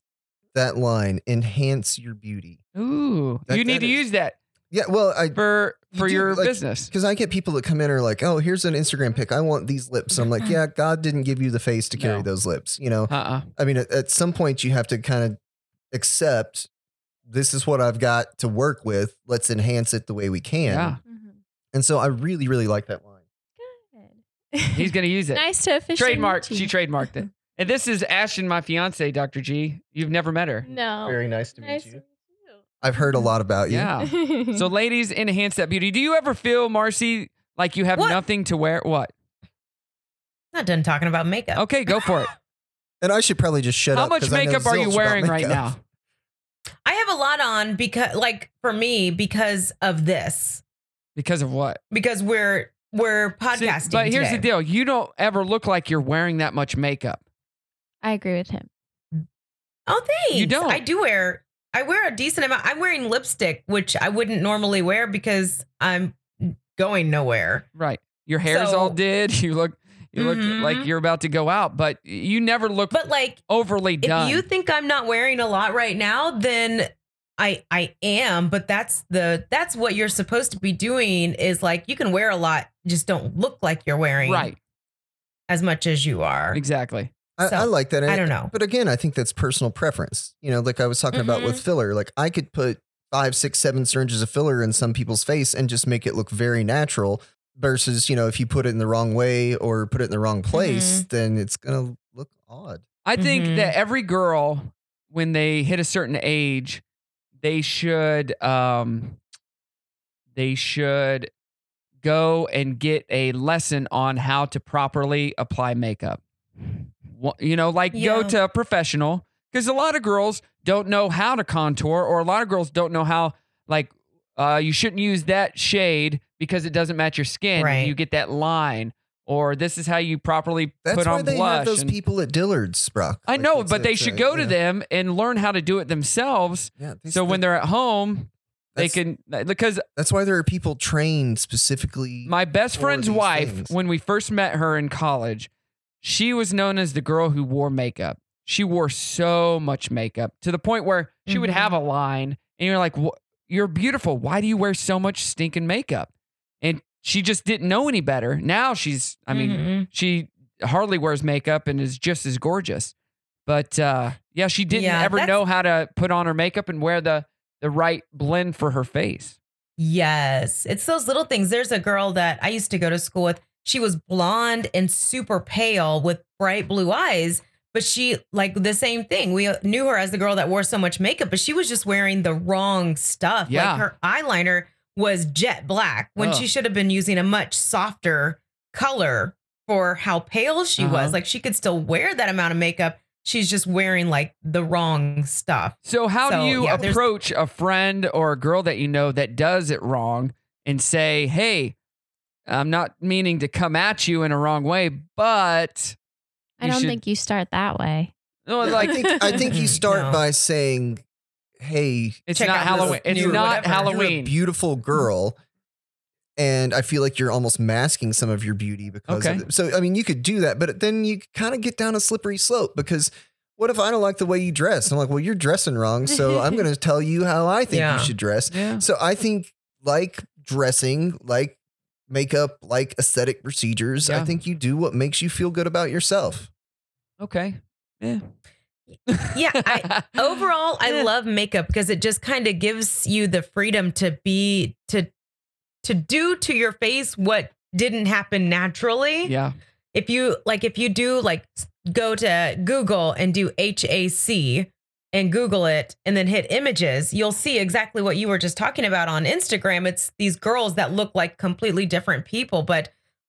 that line enhance your beauty.
Ooh,
That-
you need
that
to
is-
use that
Yeah, well, I
for
You
for
do,
your
like,
business.
Because I get people that come in are like, oh, here's an Instagram pic. I want these lips. I'm
<laughs>
like, yeah, God didn't give you the face to carry
No.
those lips. You know,
Uh uh
I mean, at, at some point you have to kind of accept this is what I've got to work with. Let's enhance it the way we can.
Yeah.
Mm-hmm.
And so I really, really like that line.
Good. <laughs>
He's going to use it.
nice to officially
Trademark.
meet
She
you.
trademarked it. And this is Ashton, my fiance, Dr. G. You've never met her.
No.
nice
nice
I've heard a lot about you.
Mm-hmm.
<laughs>
Yeah.
meet you.
so, ladies, enhance that beauty. Do you ever feel, Marcy, like you have
What?
nothing to wear? What?
Not done talking about makeup.
Okay, go for it.
And I should probably just <laughs> shut
How
up.
much
'cause I know
makeup are
zilch
you
about
wearing right
makeup.
now?
I have a lot on because like for me because of this
Because of what?
because we're we're
See,
podcasting.
but here's
today.
the deal you don't ever look like you're wearing that much makeup.
I agree with him.
Oh, thanks.
You don't.
I do wear. I I wear a decent amount. I'm wearing lipstick, which I wouldn't normally wear because I'm going nowhere.
Right. Your hair's
So-
all did. <laughs> You look you look
Mhm.
like you're about to go out, but you never look
But like,
overly
if
done.
you think I'm not wearing a lot right now, then I I am. But that's the that's what you're supposed to be doing is like you can wear a lot, just don't look like you're wearing
right.
as much as you are.
Exactly.
I,
So,
I like that.
I don't know.
But again, I think that's personal preference. You know, like I was talking about
Mm-hmm.
with filler, like I could put five, six, seven syringes of filler in some people's face and just make it look very natural. Versus, you know, if you put it in the wrong way or put it in the wrong place,
Mm-hmm.
then it's gonna look odd.
I think
Mhm.
that every girl, when they hit a certain age, they should um they should go and get a lesson on how to properly apply makeup. Wha- You know, like go
Yeah.
to a professional because a lot of girls don't know how to contour, or a lot of girls don't know how like uh, you shouldn't use that shade because it doesn't match your skin.
Right.
You get that line, or this is how you properly
That's
put
why
on
they
blush.
have those
and-
people at Dillard's, Brock.
I
Like,
know,
that's
but
it,
they
it's
should
a-
go to
yeah.
them and learn how to do it themselves.
Yeah, these-
So when they're at home, they
that's-
can because
That's why there are people trained specifically.
my best
for
friend's
these
wife,
things.
when we first met her in college, she was known as the girl who wore makeup. She wore so much makeup to the point where she would
Mhm.
Mm-hmm.
have a line, and you're like, "Wha- "You're beautiful. Why do you wear so much stinking makeup?" And she just didn't know any better. Now she's, I mean,
Mhm.
she hardly wears makeup and is just as gorgeous. But uh, yeah, she didn't
Yeah,
ever
that's-
know how to put on her makeup and wear the the right blend for her face.
Yes. It's those little things. There's a girl that I used to go to school with. She was blonde and super pale with bright blue eyes, but she like the same thing. We uh, knew her as the girl that wore so much makeup, but she was just wearing the wrong stuff.
Yeah.
Like her eyeliner was jet black when
Ugh.
she should have been using a much softer color for how pale she
Uh-huh.
was. Like she could still wear that amount of makeup. She's just wearing like the wrong stuff.
So how
So,
do you
yeah, there's-
approach a friend or a girl that you know that does it wrong and say, "Hey, I'm not meaning to come at you in a wrong way, but
I
You
don't
should-
think you start that way.
no,
<laughs>
I
like
think I
<laughs>
think you start
No.
by saying, "Hey,
it's
Check
not
out this
Halloween. It's
new
not
whatever.
You're a
Halloween."
beautiful girl. And I feel like you're almost masking some of your beauty because
Okay.
of it. So, I mean, you could do that, but then you kind of get down a slippery slope because what if I don't like the way you dress? I'm like, well, you're dressing
<laughs>
wrong. So I'm going to tell you how I think
Yeah.
you should dress.
yeah.
So I think like dressing, like makeup, like aesthetic procedures, I
Yeah.
think you do what makes you feel good about yourself.
Okay. Yeah.
Yeah, I- overall i
Yeah.
love makeup because it just kind of gives you the freedom to be to to do to your face what didn't happen
<laughs>
naturally
yeah.
if you like if you do like s- go to google and do hac and google it and then hit images you'll see exactly what you were just talking about on instagram it's these girls that look like completely different people but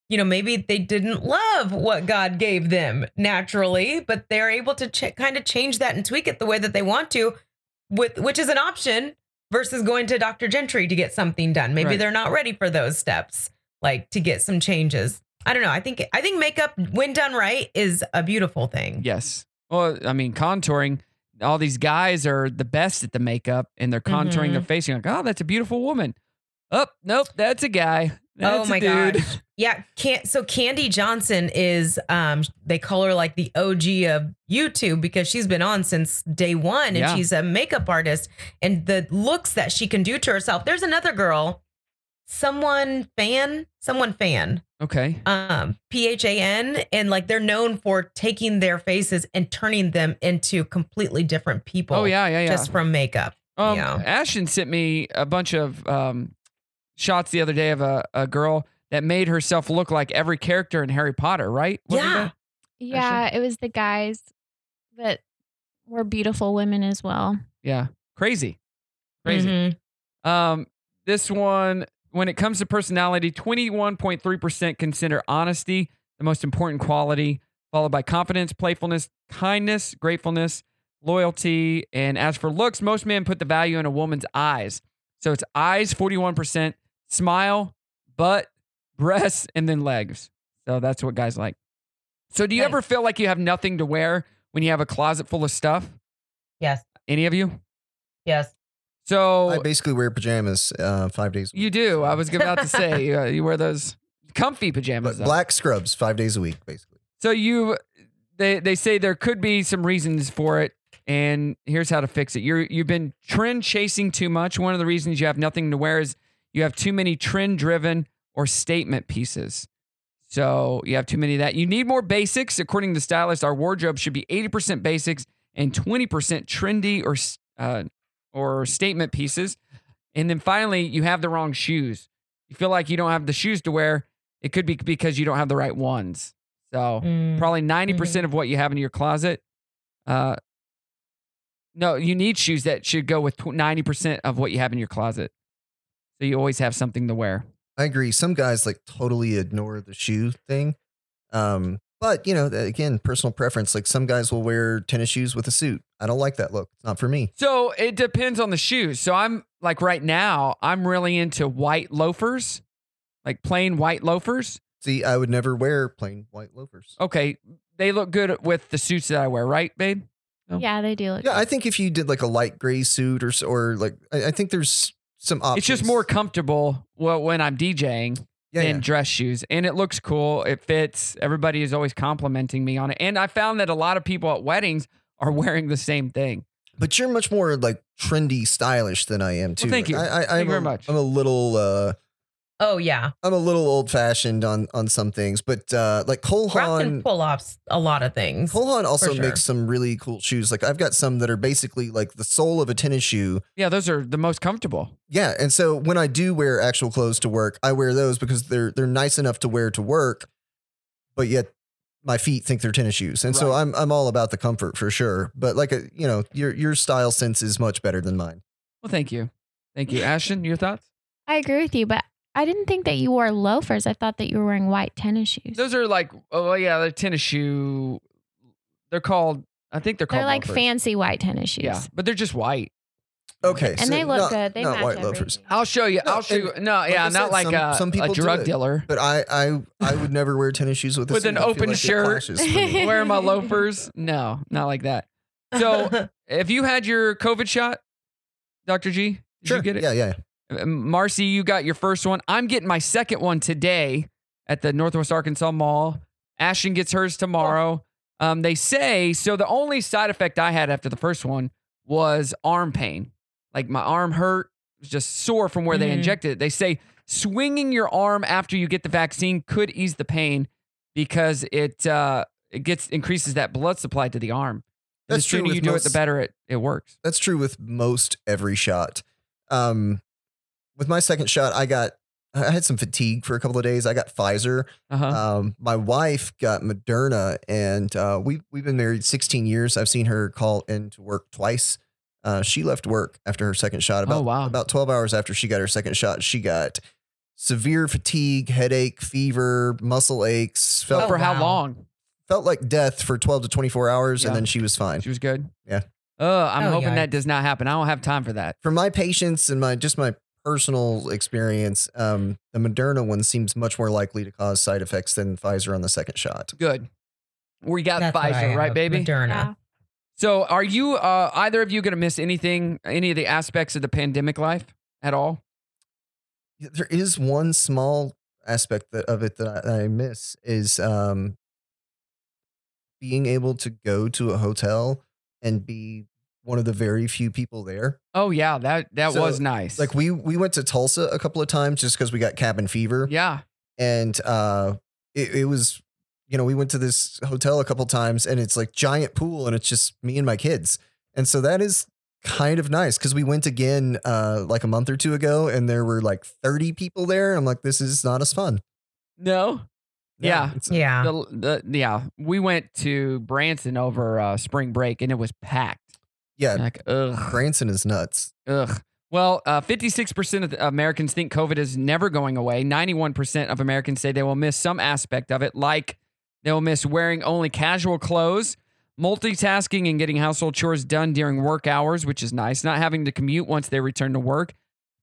you know maybe they didn't love what god gave them naturally but they're able to ch- kind of change that and tweak it the way that they want to with which is an option versus going to dr gentry to get something done maybe
Right.
they're not ready for those steps like to get some changes I don't know. I think I think makeup, when done right, is a beautiful thing.
Yes. Well, I mean, contouring, all these guys are the best at the makeup and they're contouring
Mm-hmm.
their face. You're like, oh, that's a beautiful woman. Oh, nope, that's a guy. That's
oh my
a dude.
gosh. Yeah. Can't, so Candy Johnson is um they call her like the OG of YouTube because she's been on since day one and
Yeah.
she's a makeup artist and the looks that she can do to herself. There's another girl, someone fan, someone fan,
Okay.
um, P H A N, and like they're known for taking their faces and turning them into completely different people.
Oh, yeah, yeah, yeah.
Just from makeup.
um,
yeah.
Ashton sent me a bunch of um, shots the other day of a, a girl that made herself look like every character in Harry Potter, right? Wasn't
Yeah.
that-
Yeah, it was the guys that were beautiful women as well.
Yeah. Crazy. Crazy.
Mhm.
Um, this one, when it comes to personality, 21.3% consider honesty the most important quality, followed by confidence, playfulness, kindness, gratefulness, loyalty. And as for looks, most men put the value in a woman's eyes. So it's eyes, 41%, smile, butt, <laughs> breasts, and then legs. So that's what guys like. So do you
Nice.
ever feel like you have nothing to wear when you have a closet full of stuff?
Yes.
Any of you?
Yes.
I
So
basically wear pajamas uh, five days. a week.
you do. I was about to say you, uh, you wear those comfy
But
pajamas. though.
black scrubs five days a week, basically.
So you, they they say there could be some reasons for it, and here's how to fix it. You're you've been trend chasing too much. One of the reasons you have nothing to wear is you have too many trend driven or statement pieces. So you have too many of that. You need more basics. According to the stylist, our wardrobe should be 80% basics and 20% trendy or s- uh, or statement pieces. And then finally, you have the wrong shoes. You feel like you don't have the shoes to wear. It could be because you don't have the right ones. So
Mm.
probably 90% percent of what you have in your closet. Uh, no, you need shoes that should go with tw- 90% of what you have in your closet. So you always have something to wear.
I agree. Some guys like totally ignore the shoe thing. Um, but you know, that- again, personal preference. Like some guys will wear tennis shoes with a suit. I don't like that look. It's not for me.
So it depends on the shoes. So I'm like right now, I'm really into white loafers, like plain white loafers.
See, I would never wear plain white loafers.
Okay. They look good with the suits that I wear, right, babe? No.
Yeah, they do look.
Yeah, I think if you did like a light gray suit or s- or like, I, I think there's some options.
It's just more comfortable well, when I'm DJing.
Yeah,
in
yeah.
dress shoes. And it looks cool. It fits. Everybody is always complimenting me on it. And I found that a lot of people at weddings are <laughs> wearing the same thing.
But you're much more like trendy, stylish than I am too.
thank you.
I, I, I'm
Thank you very
a-
much.
I'm a little. uh
Oh yeah.
I'm a little old fashioned on on some things, but uh like Cole
Brock can
Haan,
pull off a lot of things.
Cole Haan also
for sure.
makes some really cool shoes. Like I've got some that are basically like the sole of a tennis shoe.
Yeah, those are the most comfortable.
Yeah, and so when I do wear actual clothes to work, I wear those because they're they're nice enough to wear to work, but yet my feet think they're tennis shoes. And so
Right.
I'm I'm all about the comfort for sure. But like a, you know, your your style sense is much better than mine.
Well, thank you. Thank you. Ashton, your thoughts?
I agree with you, but I didn't think that you wore loafers. I thought that you were wearing white tennis shoes.
Those are like, oh, yeah, they're tennis shoe. They're called, I think they're called.
They're like
loafers.
fancy white tennis shoes.
Yeah, but they're just white.
Okay.
And they look good. They match everything.
I'll show you.
No,
I'll show you.
and
No,
like
yeah,
I
not
said,
like
some-
a,
some people
a
do
drug
it.
<laughs>
dealer.
But I I I would never wear tennis shoes with a
With
suit.
an
I feel
open
like it
shirt.
clashes
<laughs>
for me.
Wearing my loafers. No, not like that. <laughs>
<laughs>
So If you had your COVID shot, Dr. G? Did you get it?
Yeah, yeah.
Uh, Marcy, you got your first one. I'm getting my second one today at the Northwest Arkansas Mall. Ashton gets hers tomorrow. Um, they say so. The only side effect I had after the first one was arm pain. Like my arm hurt, it was just sore from where they
Mhm.
injected it. They say swinging your arm after you get the vaccine could ease the pain because it uh, it gets increases that blood supply to the arm. And
That's
the
true
sooner
with
you do it, the
most-
better it, it works.
That's true with most every shot. Um with my second shot, I got I had some fatigue for a couple of days. I got Pfizer.
Uh-huh.
Um, my wife got Moderna, and uh, we we've been married 16 years. I've seen her call into work twice. Uh, she left work after her second shot. About
Oh, wow.
about 12 hours after she got her second shot, she got severe fatigue, headache, fever, muscle aches.
But
Felt
for how
wow.
long?
felt like death for 12 to 24 hours,
Yeah.
and then she was fine.
She was good.
Yeah.
Oh, I'm
Oh,
hoping
yeah.
that does not happen. I don't have time for that.
for my patients and my just my personal experience, um, the Moderna one seems much more likely to cause side effects than Pfizer on the second shot.
Good. We got
That's what I
Pfizer,
am,
right, baby?
Moderna.
Yeah.
So, are you uh, either of you going to miss anything, any of the aspects of the pandemic life at all?
There is one small aspect that, of it that I, that I miss is um, being able to go to a hotel and be one of the very few people there.
Oh yeah, that that
So,
was nice.
Like we we went to Tulsa a couple of times just because we got cabin fever.
yeah,
and uh it, it was you know we went to this hotel a couple times and it's like giant pool and it's just me and my kids and so that is kind of nice because we went again uh like a month or two ago and there were like 30 people there and i'm like this is not as fun
no, Yeah.
it's-
Yeah.
the, the, yeah. We went to Branson over uh, spring break, and it was packed.
yeah
Like ugh,
branson is nuts
Ugh. Well, uh, 56% of the Americans think COVID is never going away. 91% of Americans say they will miss some aspect of it, like they will miss wearing only casual clothes, multitasking and getting household chores done during work hours, which is nice, not having to commute once they return to work,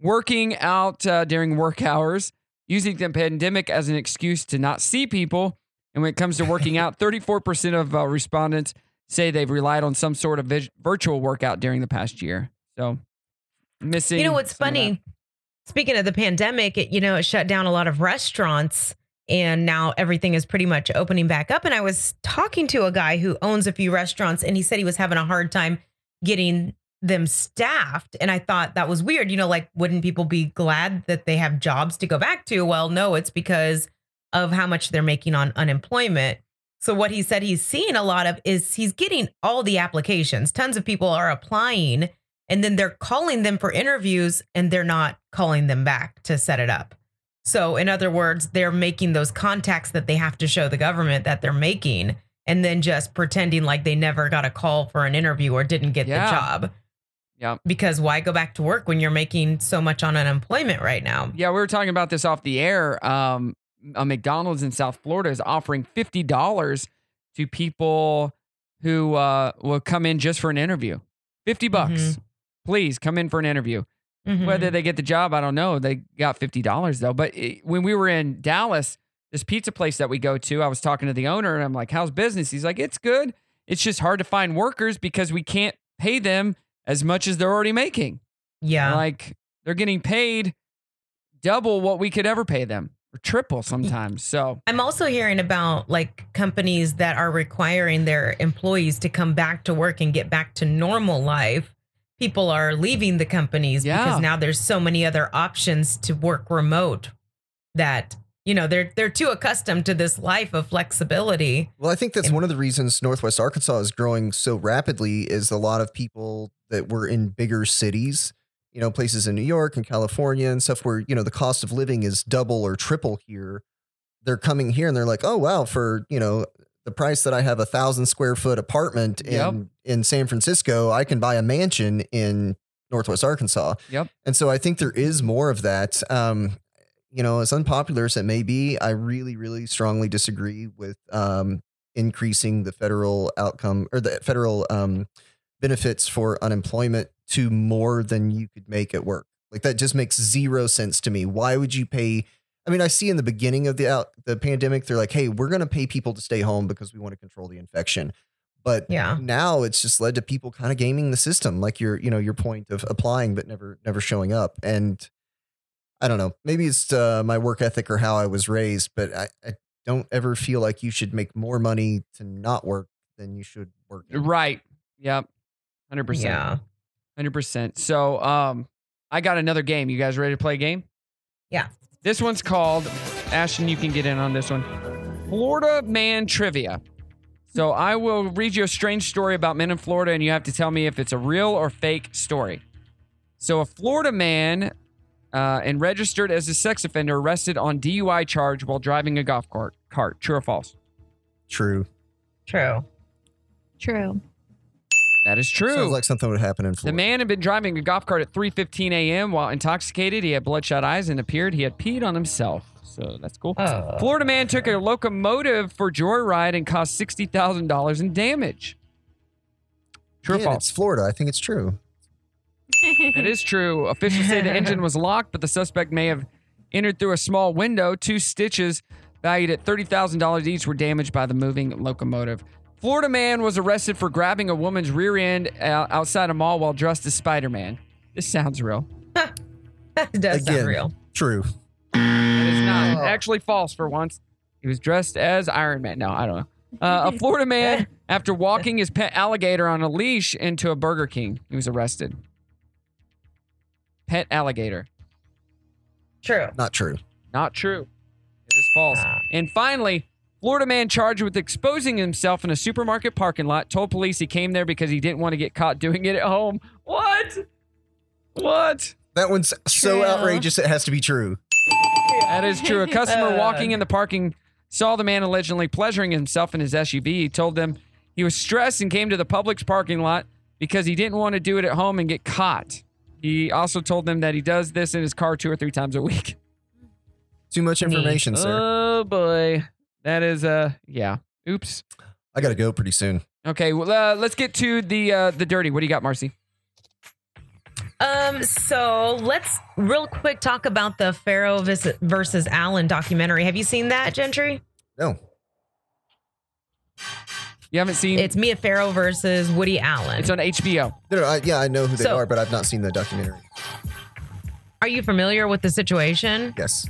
working out uh, during work hours, using the pandemic as an excuse to not see people. And when it comes to working
<laughs>
out, 34% of uh, respondents say they've relied on some sort of vis- virtual workout during the past year. So missing.
You know what's
some of that.
funny? Speaking of the pandemic, it, you know, it shut down a lot of restaurants and now everything is pretty much opening back up. And I was talking to a guy who owns a few restaurants and he said he was having a hard time getting them staffed. And I thought that was weird. You know, like, wouldn't people be glad that they have jobs to go back to? Well, no, it's because of how much they're making on unemployment. So, what he said he's seeing a lot of is he's getting all the applications. Tons of people are applying and then they're calling them for interviews and they're not calling them back to set it up. So, in other words, they're making those contacts that they have to show the government that they're making and then just pretending like they never got a call for an interview or didn't get
Yeah.
the job.
Yep.
Because why go back to work when you're making so much on unemployment right now?
Yeah, we were talking about this off the air. Um, a McDonald's in South Florida is offering fifty dollars to people who uh, will come in just for an interview. Fifty bucks, please come in for an interview.
Mhm.
Whether they get the job, I don't know. They got fifty dollars though. But it, when we were in Dallas, this pizza place that we go to, I was talking to the owner and I'm like, "How's business?" He's like, "It's good. It's just hard to find workers because we can't pay them as much as they're already making."
Mm-hmm. yeah.
Like they're getting paid double what we could ever pay them or triple sometimes. So
I'm also hearing about like companies that are requiring their employees to come back to work and get back to normal life. People are leaving the companies
Yeah.
because now there's so many other options to work remote that you know they're they're too accustomed to this life of flexibility.
Well, I think that's one of the reasons Northwest Arkansas is growing so rapidly is a lot of people that were in bigger cities, you know, places in New York and California and stuff where, you know, the cost of living is double or triple here. They're coming here and they're like, oh, wow, for, you know, the price that I have a thousand square foot apartment in,
Yep.
in San Francisco, I can buy a mansion in Northwest Arkansas.
Yep.
And so I think there is more of that. Um, you know, as unpopular as it may be, I really, really strongly disagree with um, increasing the federal outcome or the federal um, benefits for unemployment to more than you could make at work. Like that just makes zero sense to me. Why would you pay? I mean, I see in the beginning of the out the pandemic, they're like, "Hey, we're going to pay people to stay home because we want to control the infection," but
Yeah.
now it's just led to people kind of gaming the system, like your you know your point of applying but never never showing up. And I don't know, maybe it's uh, my work ethic or how I was raised, but I, I don't ever feel like you should make more money to not work than you should work.
right, yep, hundred percent,
Yeah.
hundred percent. So um, I got another game. You guys ready to play a game?
Yeah.
This one's called Ashton. You can get in on this one. Florida man trivia. So I will read you a strange story about men in Florida, and you have to tell me if it's a real or fake story. So a Florida man uh, and registered as a sex offender arrested on DUI charge while driving a golf cart. Cart, true or false?
True.
True. <laughs>
True.
That is true.
Sounds like something would happen in
the
Florida.
man had been driving a golf cart at 3:15 a.m. while intoxicated. He had bloodshot eyes and appeared he had peed on himself. So that's cool.
Oh.
Florida man took a locomotive for joyride and caused sixty thousand dollars in damage. True or
Yeah,
false?
It's Florida. I think it's true.
It is true. Officials say the engine was locked, but the suspect may have entered through a small window. Two stitches valued at $30,000 each were damaged by the moving locomotive. Florida man was arrested for grabbing a woman's rear end uh, outside a mall while dressed as Spider Man. This sounds real.
That does
Again.
sound real.
True.
It is not. Actually, false for once. He was dressed as Iron Man. No, I don't know. Uh, a Florida man, after walking his pet alligator on a leash into a Burger King, he was arrested. Pet alligator.
True.
Not true.
Not true. It is false.
Ah.
And finally, Florida man charged with exposing himself in a supermarket parking lot told police he came there because he didn't want to get caught doing it at home. What? What?
That one's so
True.
outrageous it has to be true.
That is true. A customer <laughs>
Uh.
walking in the parking saw the man allegedly pleasuring himself in his SUV. He told them he was stressed and came to the public's parking lot because he didn't want to do it at home and get caught. He also told them that he does this in his car two or three times a week.
Too much
Neat.
information, sir.
Oh boy, that is uh, yeah. Oops.
I got to go pretty soon.
Okay, well, uh, let's get to the uh, the dirty. What do you got, Marcy?
Um, so let's real quick talk about the Pharaoh vis- versus Allen documentary. Have you seen that, Gentry?
No.
You haven't seen
It's Mia Farrow versus Woody Allen.
It's on HBO.
No, no, I, yeah, I know who they
So-
are, but I've not seen the documentary.
Are you familiar with the situation?
Yes.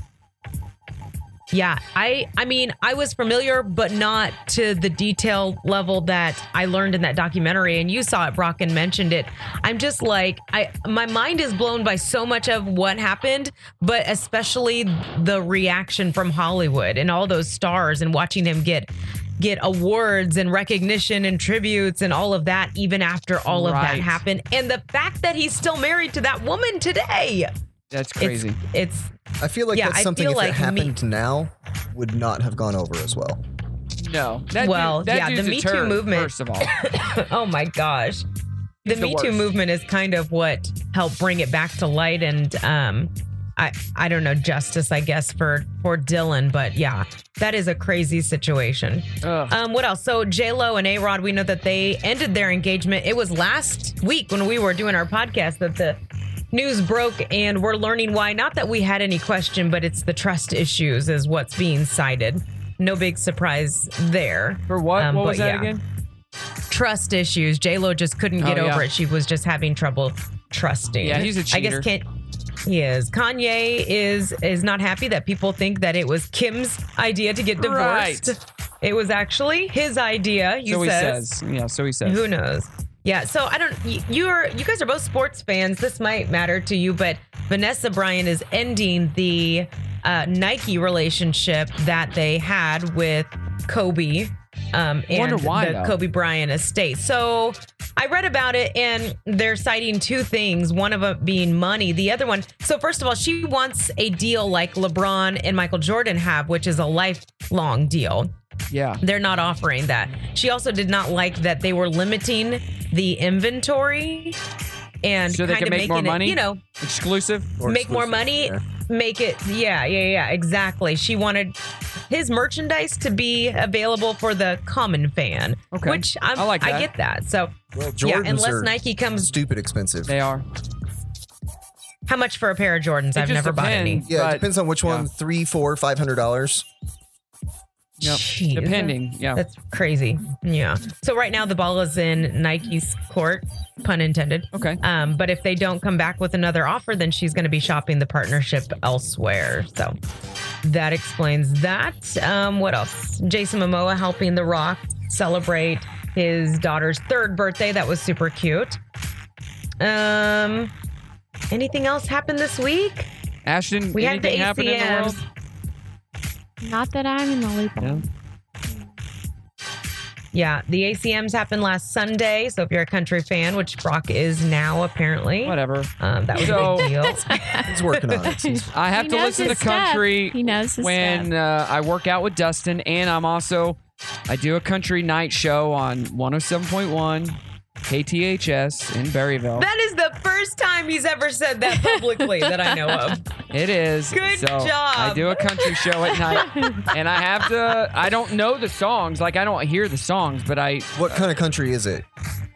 Yeah, I I mean, I was familiar but not to the detail level that I learned in that documentary and you saw it Brock and mentioned it. I'm just like I my mind is blown by so much of what happened, but especially the reaction from Hollywood and all those stars and watching them get get awards and recognition and tributes and all of that even after all of that
Right.
happened and the fact that he's still married to that woman today.
That's
It's-
crazy.
It's
I feel like
Yeah, I
that's something
feel
if
like
it
me-
happened now would not have gone over as well.
no. That dude-
Well,
that
yeah, the
dude's a
Me Too
turd,
movement.
First
<laughs>
of all,
oh my gosh. The,
He's the
Me Too
worst.
movement is kind of what helped bring it back to light and um I I don't know justice I guess for for Dylan, but yeah, that is a crazy situation.
Ugh.
Um what else? So J Lo and A Rod, we know that they ended their engagement. It was last week when we were doing our podcast that the news broke and we're learning why. Not that we had any question, but it's the trust issues is what's being cited. No big surprise there.
for what?
Um,
what
but
was that
yeah
again?
trust issues. J Lo just couldn't get
Oh, yeah.
over it. She was just having trouble trusting.
Yeah, he's a
I guess
cheater.
can't. He is. Kanye is is not happy that people think that it was Kim's idea to get divorced.
Right.
It was actually his idea. He
so he
says.
says. Yeah. So he says.
Who knows? Yeah. So I don't. y- You're you guys are both sports fans. This might matter to you, but Vanessa Bryan is ending the uh, Nike relationship that they had with Kobe. Um, and
Wonder why,
the
though.
Kobe Bryant estate. So I read about it, and they're citing two things. One of them being money. The other one. So first of all, she wants a deal like LeBron and Michael Jordan have, which is a lifelong deal
Yeah.
they're not offering that. She also did not like that they were limiting the inventory and
So they
kind
can
of
make
making
more
it,
money?
you know,
Exclusive.
Or
make more
exclusive,
money,
yeah.
make it yeah, yeah, yeah, exactly. She wanted his merchandise to be available for the common fan,
Okay.
which I'm,
I
I,
like that.
get that. So
Well,
yeah,
Jordans
unless
are
Nike comes,
stupid expensive.
They are.
how much for a pair of Jordans?
It
I've
just
never bought any.
depends,
Yeah,
but-
it depends on which
yeah.
one. Three, four, five hundred dollars.
Yep.
Jeez.
Depending. Yeah.
That's crazy. Yeah. So right now the ball is in Nike's court, pun intended.
Okay.
Um, but if they don't come back with another offer, then she's going to be shopping the partnership elsewhere. So that explains that. Um, what else? Jason Momoa helping The Rock celebrate his daughter's third birthday. That was super cute. Um, anything else happened this week?
Ashton,
We had the
anything happen in the
ACMs.
world?
Not that I'm in the loop.
Yeah.
Yeah, the ACMs happened last Sunday. So if you're a country fan, which Brock is now apparently,
Whatever.
um, that was
So-
a big deal. <laughs>
He's working on it. He's-
I have
He
to
knows
listen to
his stuff.
country
He knows his
when uh, I work out with Dustin, and I'm also I do a country night show on 107.1 KTHS in Berryville.
That is the first time he's ever said that publicly that I know of.
It is.
Good
so
job.
I do a country show at
<laughs>
night, and I have to. I don't know the songs. Like I don't hear the songs, but I.
what kind of country is it?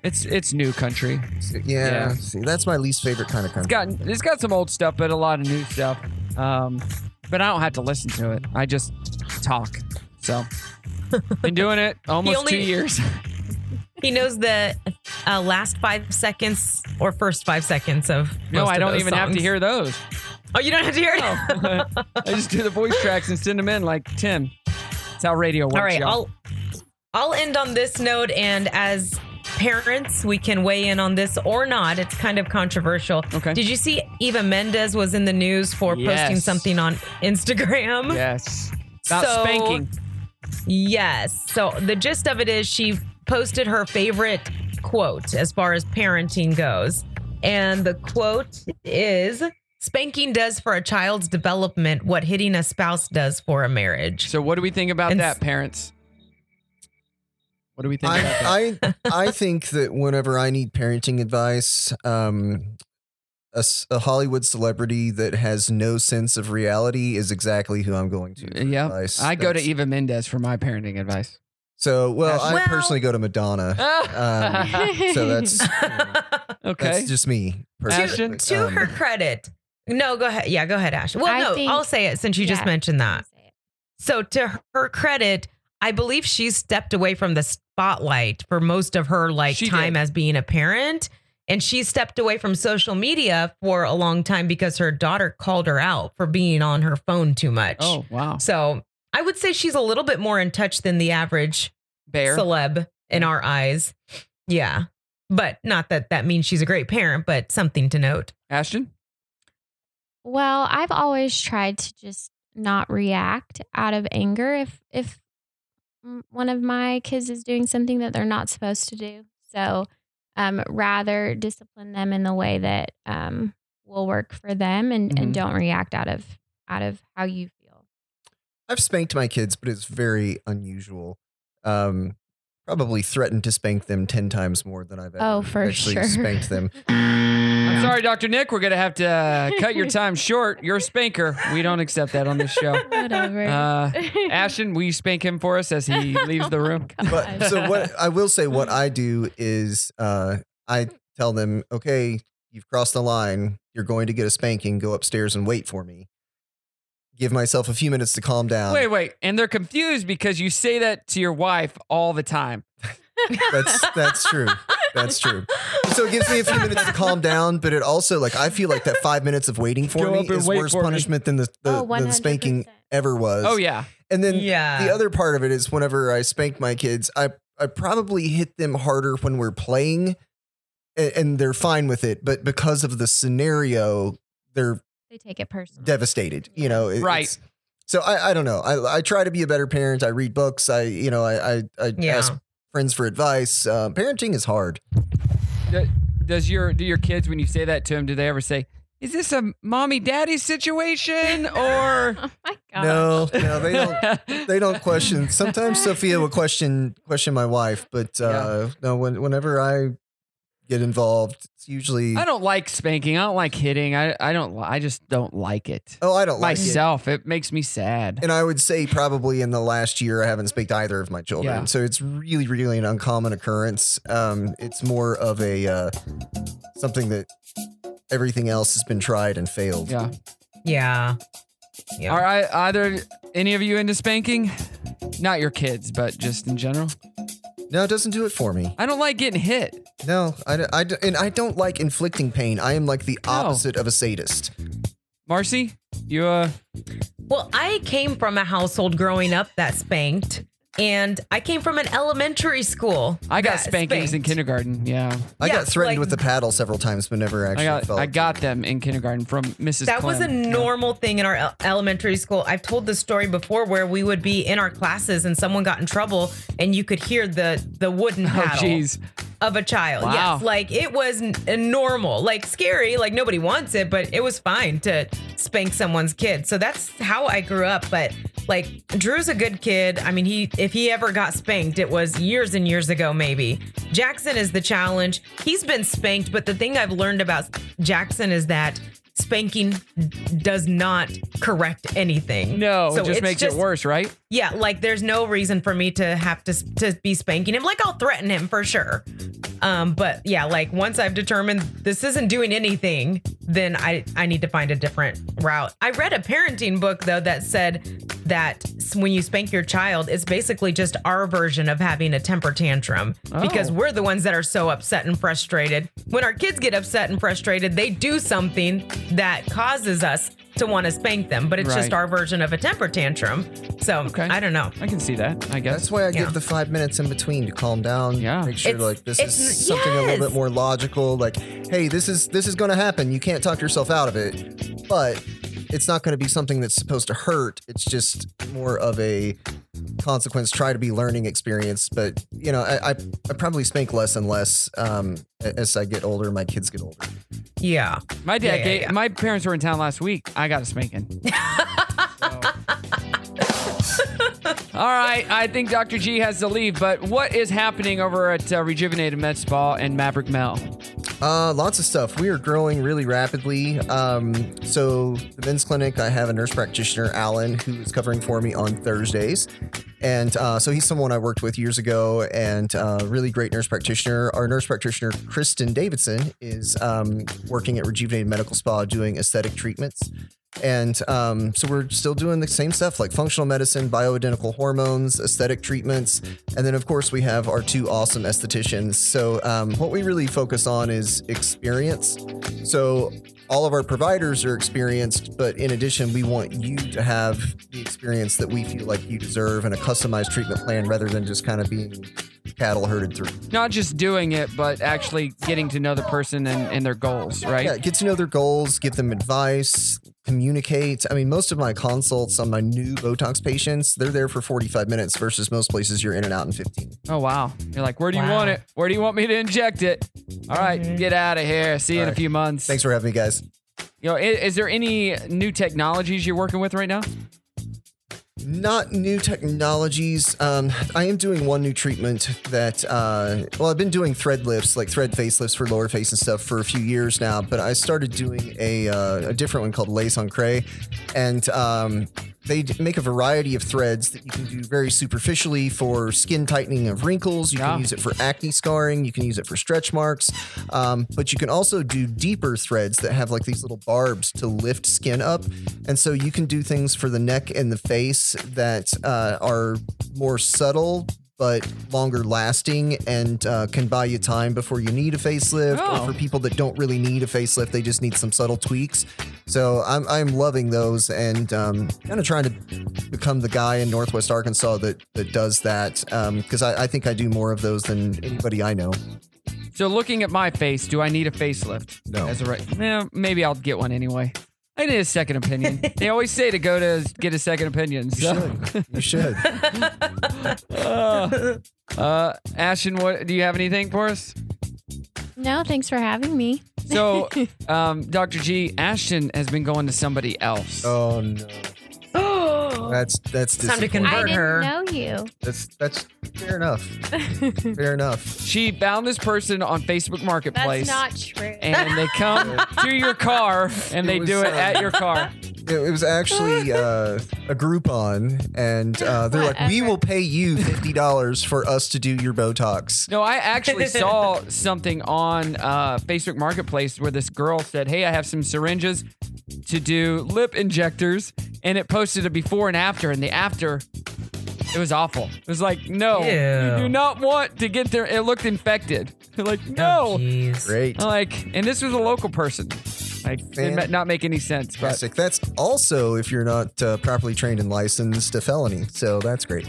It's it's new country. It's
Yeah,
Yeah.
See, that's my least favorite kind of country.
got it's got some old stuff, but a lot of new stuff. Um, but I don't have to listen to it. I just talk. So been doing
<laughs>
it almost
only-
two
<laughs>
years.
He knows the uh, last five seconds or first five seconds of.
No,
most
I
of
don't
those
even have to
songs.
hear
<laughs>
those.
Oh, you don't have to hear it.
I just do the voice tracks and send them in like 10. That's how radio works.
<laughs> All right,
y'all.
I'll I'll end on this note, and as parents, we can weigh in on this or not. It's kind of controversial.
Okay.
Did you see Eva Mendes was in the news for posting
Yes.
something on Instagram?
Yes. About
So-
spanking.
Yes. So the gist of it is she posted her favorite quote as far as parenting goes. And the quote is Spanking does for a child's development what hitting a spouse does for a marriage.
So, what do we think about
And s-
that, parents? What do we think
<laughs>
about that? <laughs>
I, I I think that whenever I need parenting advice, um, a, s- a Hollywood celebrity that has no sense of reality is exactly who I'm going to. for
yeah.
advice.
I go to e-
That's-
Eva Mendez for my parenting
<laughs>
advice.
So well,
Gosh.
I
Well-
personally go to
<laughs>
Madonna. Um,
uh,
<laughs>
so that's
<laughs> okay.
that's just me.
Ashton?
Personally.
<laughs> to
Um,
her credit. No, go ahead. Yeah, go ahead, Ash. Well,
I
no,
think-
I'll say it since you just
Yeah.
mentioned that. So, to her credit, I believe she's stepped away from the spotlight for most of her like
She
time
did.
as being a parent. And she stepped away from social media for a long time because her daughter called her out for being on her phone too much.
Oh wow,
So I would say she's a little bit more in touch than the average
bear.
celeb in our eyes. Yeah. But not that that means she's a great parent, but something to note.
Ashton.
Well, I've always tried to just not react out of anger if if m- one of my kids is doing something that they're not supposed to do. So, um, rather discipline them in the way that um, will work for them, and,
Mhm.
and don't react out of out of how you feel.
I've spanked my kids, but it's very unusual. Um, probably threatened to spank them ten times more than I've ever
Oh, for
actually
sure.
<laughs>
spanked them. Mm.
I'm sorry, Dr. Nick. We're gonna have to uh, cut
<laughs>
your time short. You're a spanker. We don't accept that on this show.
Whatever.
Uh, Ashton, will you spank him for us as
<laughs>
he
Oh
leaves the room?
But so what I will
<laughs>
say, what I do is uh, I tell them, okay, you've crossed the line. You're going to get a spanking. Go upstairs and wait for me. Give myself a few minutes to calm down.
Wait, wait. And they're confused because you say that to your wife all the time.
That's that's true. That's true. So it gives me a few minutes to calm down, but it also like I feel like that five minutes
<laughs>
of waiting for
Go
me
up and
is
wait
worse
for me.
punishment than the, the,
<laughs> Oh,
than the spanking
100%.
ever was.
Oh yeah.
And then
yeah.
the other part of it is whenever I spank my kids, I I probably hit them harder when we're playing, and, and they're fine with it. But because of the scenario, they're
they take it personal.
devastated. You know, it-
Right.
it's- So I, I don't know. I, I try to be a better parent. I read books. I you know I I, I
Yeah.
ask friends for advice. Uh, parenting is hard.
Do- Does your do your kids when you say that to them? Do they ever say, "Is this a mommy daddy situation?" Or
<laughs> oh my god.
No, <laughs> no, they don't.
<laughs>
They don't question. Sometimes Sophia will question question my wife, but uh, no. When, whenever I get involved, it's usually
I don't like spanking. I don't like hitting. I I don't. li- I just don't like it
oh I don't like it.
myself. It. makes me sad.
And I would say probably in the last year, I haven't spanked either of my children.
Yeah.
So it's really, really an uncommon occurrence. Um, it's more of a uh, something that everything else has been tried and failed.
Yeah.
Yeah. Yeah.
Are I, either any of you into spanking? Not your kids, but just in general.
No, it doesn't do it for me.
I don't like getting hit.
No, I, d- I d- and I don't like inflicting pain. I am like the
Oh.
opposite of a sadist.
Marcy, you uh,
Well, I came from a household growing up that spanked, and I came from an elementary school.
I got
that
spankings in
spanked.
kindergarten. Yeah,
I
Yeah,
got threatened
like-
with the paddle several times, but never actually
I got
felt.
I got them in kindergarten from Mrs.
That was a
Clem. Yeah.
normal thing in our el- elementary school. I've told this story before where we would be in our classes and someone got in trouble and you could hear the the
<laughs>
wooden
Oh
paddle
jeez.
of a child.
Wow.
Yes, like it was n- normal, like scary, like nobody wants it, but it was fine to spank someone's kid. So that's how I grew up. But like Drew's a good kid. I mean, he if he ever got spanked, it was years and years ago, maybe. Jackson is the challenge. He's been spanked, but the thing I've learned about Jackson is that spanking does not correct anything.
No,
So
it just
it's
makes
just-
it worse, right?
yeah, like there's no reason for me to have to to be spanking him. Like I'll threaten him for sure. Um, but yeah, like once I've determined this isn't doing anything, then I I need to find a different route. I read a parenting book though that said that s- when you spank your child, it's basically just our version of having a temper tantrum because
Oh.
we're the ones that are so upset and frustrated. When our kids get upset and frustrated, they do something that causes us to want to spank them, but it's just
Right.
our version of a temper tantrum. So
Okay.
I don't know.
I can see that. I guess.
That's why I
Yeah.
give the five minutes in between to calm down.
Yeah.
Make sure
It's-
like this
it's-
is something a little
yes.
bit more logical. Like, hey, this is this is gonna happen. You can't talk yourself out of it. But it's not gonna be something that's supposed to hurt. It's just more of a consequence, try to be learning experience. But you know, I I, I probably spank less and less um a- as I get older, my kids get older.
Yeah.
<gasps> My dad
Yeah, yeah,
gave
yeah.
my parents were in town last week. I got a
<laughs>
spanking. So. All right, I think Dr. G has to leave, but what is happening over at uh, Rejuvenated Med Spa and Maverick Mel?
Uh, lots of stuff. We are growing really rapidly. Um, so the men's clinic, I have a nurse practitioner, Alan, who is covering for me on Thursdays, and uh, so he's someone I worked with years ago, and uh, really great nurse practitioner. Our nurse practitioner, Kristen Davidson, is um, working at Rejuvenated Medical Spa doing aesthetic treatments. And um, so we're still doing the same stuff like functional medicine, bioidentical hormones, aesthetic treatments. And then, of course, we have our two awesome estheticians. So, um, what we really focus on is experience. So, all of our providers are experienced, but in addition, we want you to have the experience that we feel like you deserve and a customized treatment plan rather than just kind of being cattle herded through.
Not just doing it, but actually getting to know the person and, and their goals, right?
Yeah, get to know their goals, give them advice, communicate. I mean, most of my consults on my new Botox patients, they're there for 45 minutes versus most places you're in and out in 15.
Oh wow! You're like, where do you
Wow. Mm-hmm.
want it? Where do you want me to inject it? All right, get out of here. See you in a
Alright.
few months.
Thanks for having me, guys.
Yo, is, is there any new technologies you're working with right now?
Not new technologies. Um, I am doing one new treatment that, uh, well, I've been doing thread lifts, like thread facelifts for lower face and stuff for a few years now, but I started doing a, uh, a different one called Lace on Cray. And um, they d- make a variety of threads that you can do very superficially for skin tightening of wrinkles. You
Yeah.
can use it for acne scarring. You can use it for stretch marks. Um, but you can also do deeper threads that have like these little barbs to lift skin up. And so you can do things for the neck and the face that uh, are more subtle. But longer lasting and uh, can buy you time before you need a facelift,
Oh.
or for people that don't really need a facelift, they just need some subtle tweaks. So I'm, I'm loving those and um, kind of trying to become the guy in Northwest Arkansas that, that does that because I, I think I do more of those than anybody I know.
So, looking at my face, do I need a facelift?
No.
<laughs>
As a right, eh, maybe I'll get one anyway. I need a second
<laughs>
opinion. they always say to go to get a second opinion. So.
You
<laughs>
should.
Uh, uh, Ashton, what do you have anything for us?
No, thanks for having me.
<laughs>
So, um, Dr. G, Ashton has been going to somebody else.
oh no,
Oh,
that's that's
It's time to
disappointing.
I
Convert
didn't
her.
know you.
That's that's
<laughs>
fair enough. fair enough.
She found this person on Facebook
That's
Marketplace.
not true.
and they
<laughs>
come to your car and they
It was,
do it
uh,
at your car.
It, it
<laughs>
was actually uh, a Groupon, and uh, they're like, "We
Whatever.
will pay you fifty dollars for us to do your Botox."
No, I
<laughs>
actually saw something on uh, Facebook Marketplace where this girl said, Hey, I have some syringes to do lip injectors. And it posted a before and after. And the after, it was awful. It was like, No,
Ew.
you do not want to get there. It looked infected. <laughs> like,
Oh,
No.
jeez.
Great.
I'm like, and this was a local person. Like, it
Fan-
might not make any sense. But
Fantastic. That's also if you're not uh, properly trained and licensed, a felony. So that's great.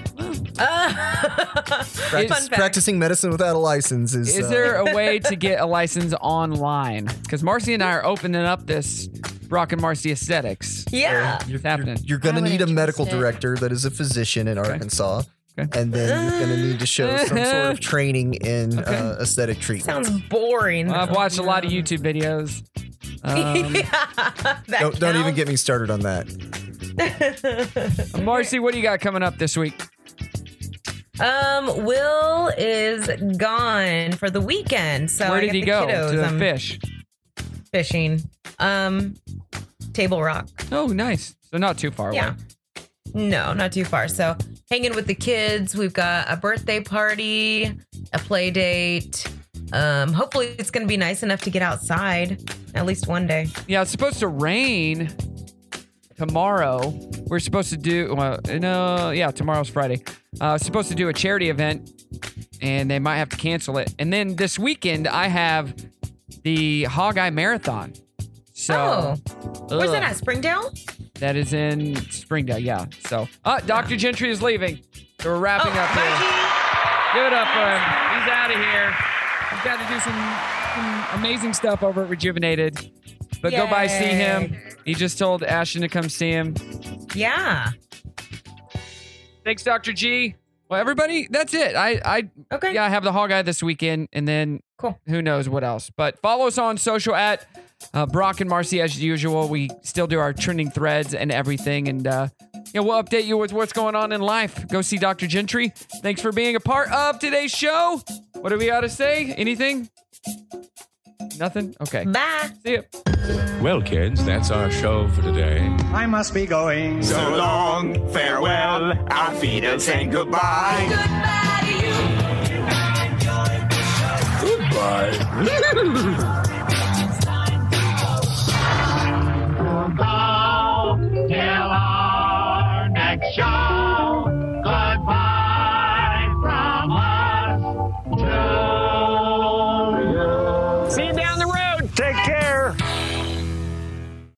Uh,
Practice-
fun fact.
Practicing medicine without a license is.
Is
uh,
there a
<laughs>
way to get a license online? Because Marcy and I are opening up this Brock and Marcy aesthetics.
<laughs> Yeah.
It's happening.
You're going to
I would
need a medical
interest it.
director that is a physician in Arkansas.
Okay.
And then you're
<laughs>
going to need to show some sort of training in uh, aesthetic treatment.
Sounds boring.
I've watched a
<laughs>
lot of YouTube videos. Um,
yeah, that
Don't, don't even
counts.
get me started on that.
Marcy, what do you got coming up this week?
<laughs> Um, Will is gone for the weekend. So
Where
I
did
got
he
the
go?
Kiddos. um,
To
I'm
fish.
fishing. Um, Table Rock.
Oh, nice. So not too far
Yeah.
away.
No, not too far. So hanging with the kids. We've got a birthday party, a play date. Um, hopefully it's going to be nice enough to get outside at least one day.
Yeah, it's supposed to rain tomorrow. We're supposed to do well, no, yeah, tomorrow's Friday. Uh supposed to do a charity event and they might have to cancel it. And then this weekend I have the Hog Eye Marathon. So
Oh, Where's
ugh,
that at? Springdale?
That is in Springdale, yeah. So uh Dr. Gentry is leaving. So we're wrapping
Oh,
up here. Give it up for him. He's out of here. He's got to do some, some amazing stuff over at Rejuvenated. But go by, see
Yay.
him. He just told Ashton to come see him.
Yeah.
Thanks, Dr. G. Well, everybody, that's it. I, I,
Okay.
yeah, I have the Hog Eye this weekend, and then
Cool.
who knows what else. But follow us on social at uh, Brock and Marcy as usual. We still do our trending threads and everything, and uh, you know, we'll update you with what's going on in life. Go see Dr. Gentry. Thanks for being a part of today's show. What do we got to say? Anything? Nothing. Okay.
Bye.
See ya.
Well, kids, that's our show for today.
I must be going.
So long, farewell, our feet and saying goodbye. Goodbye to you. Goodbye.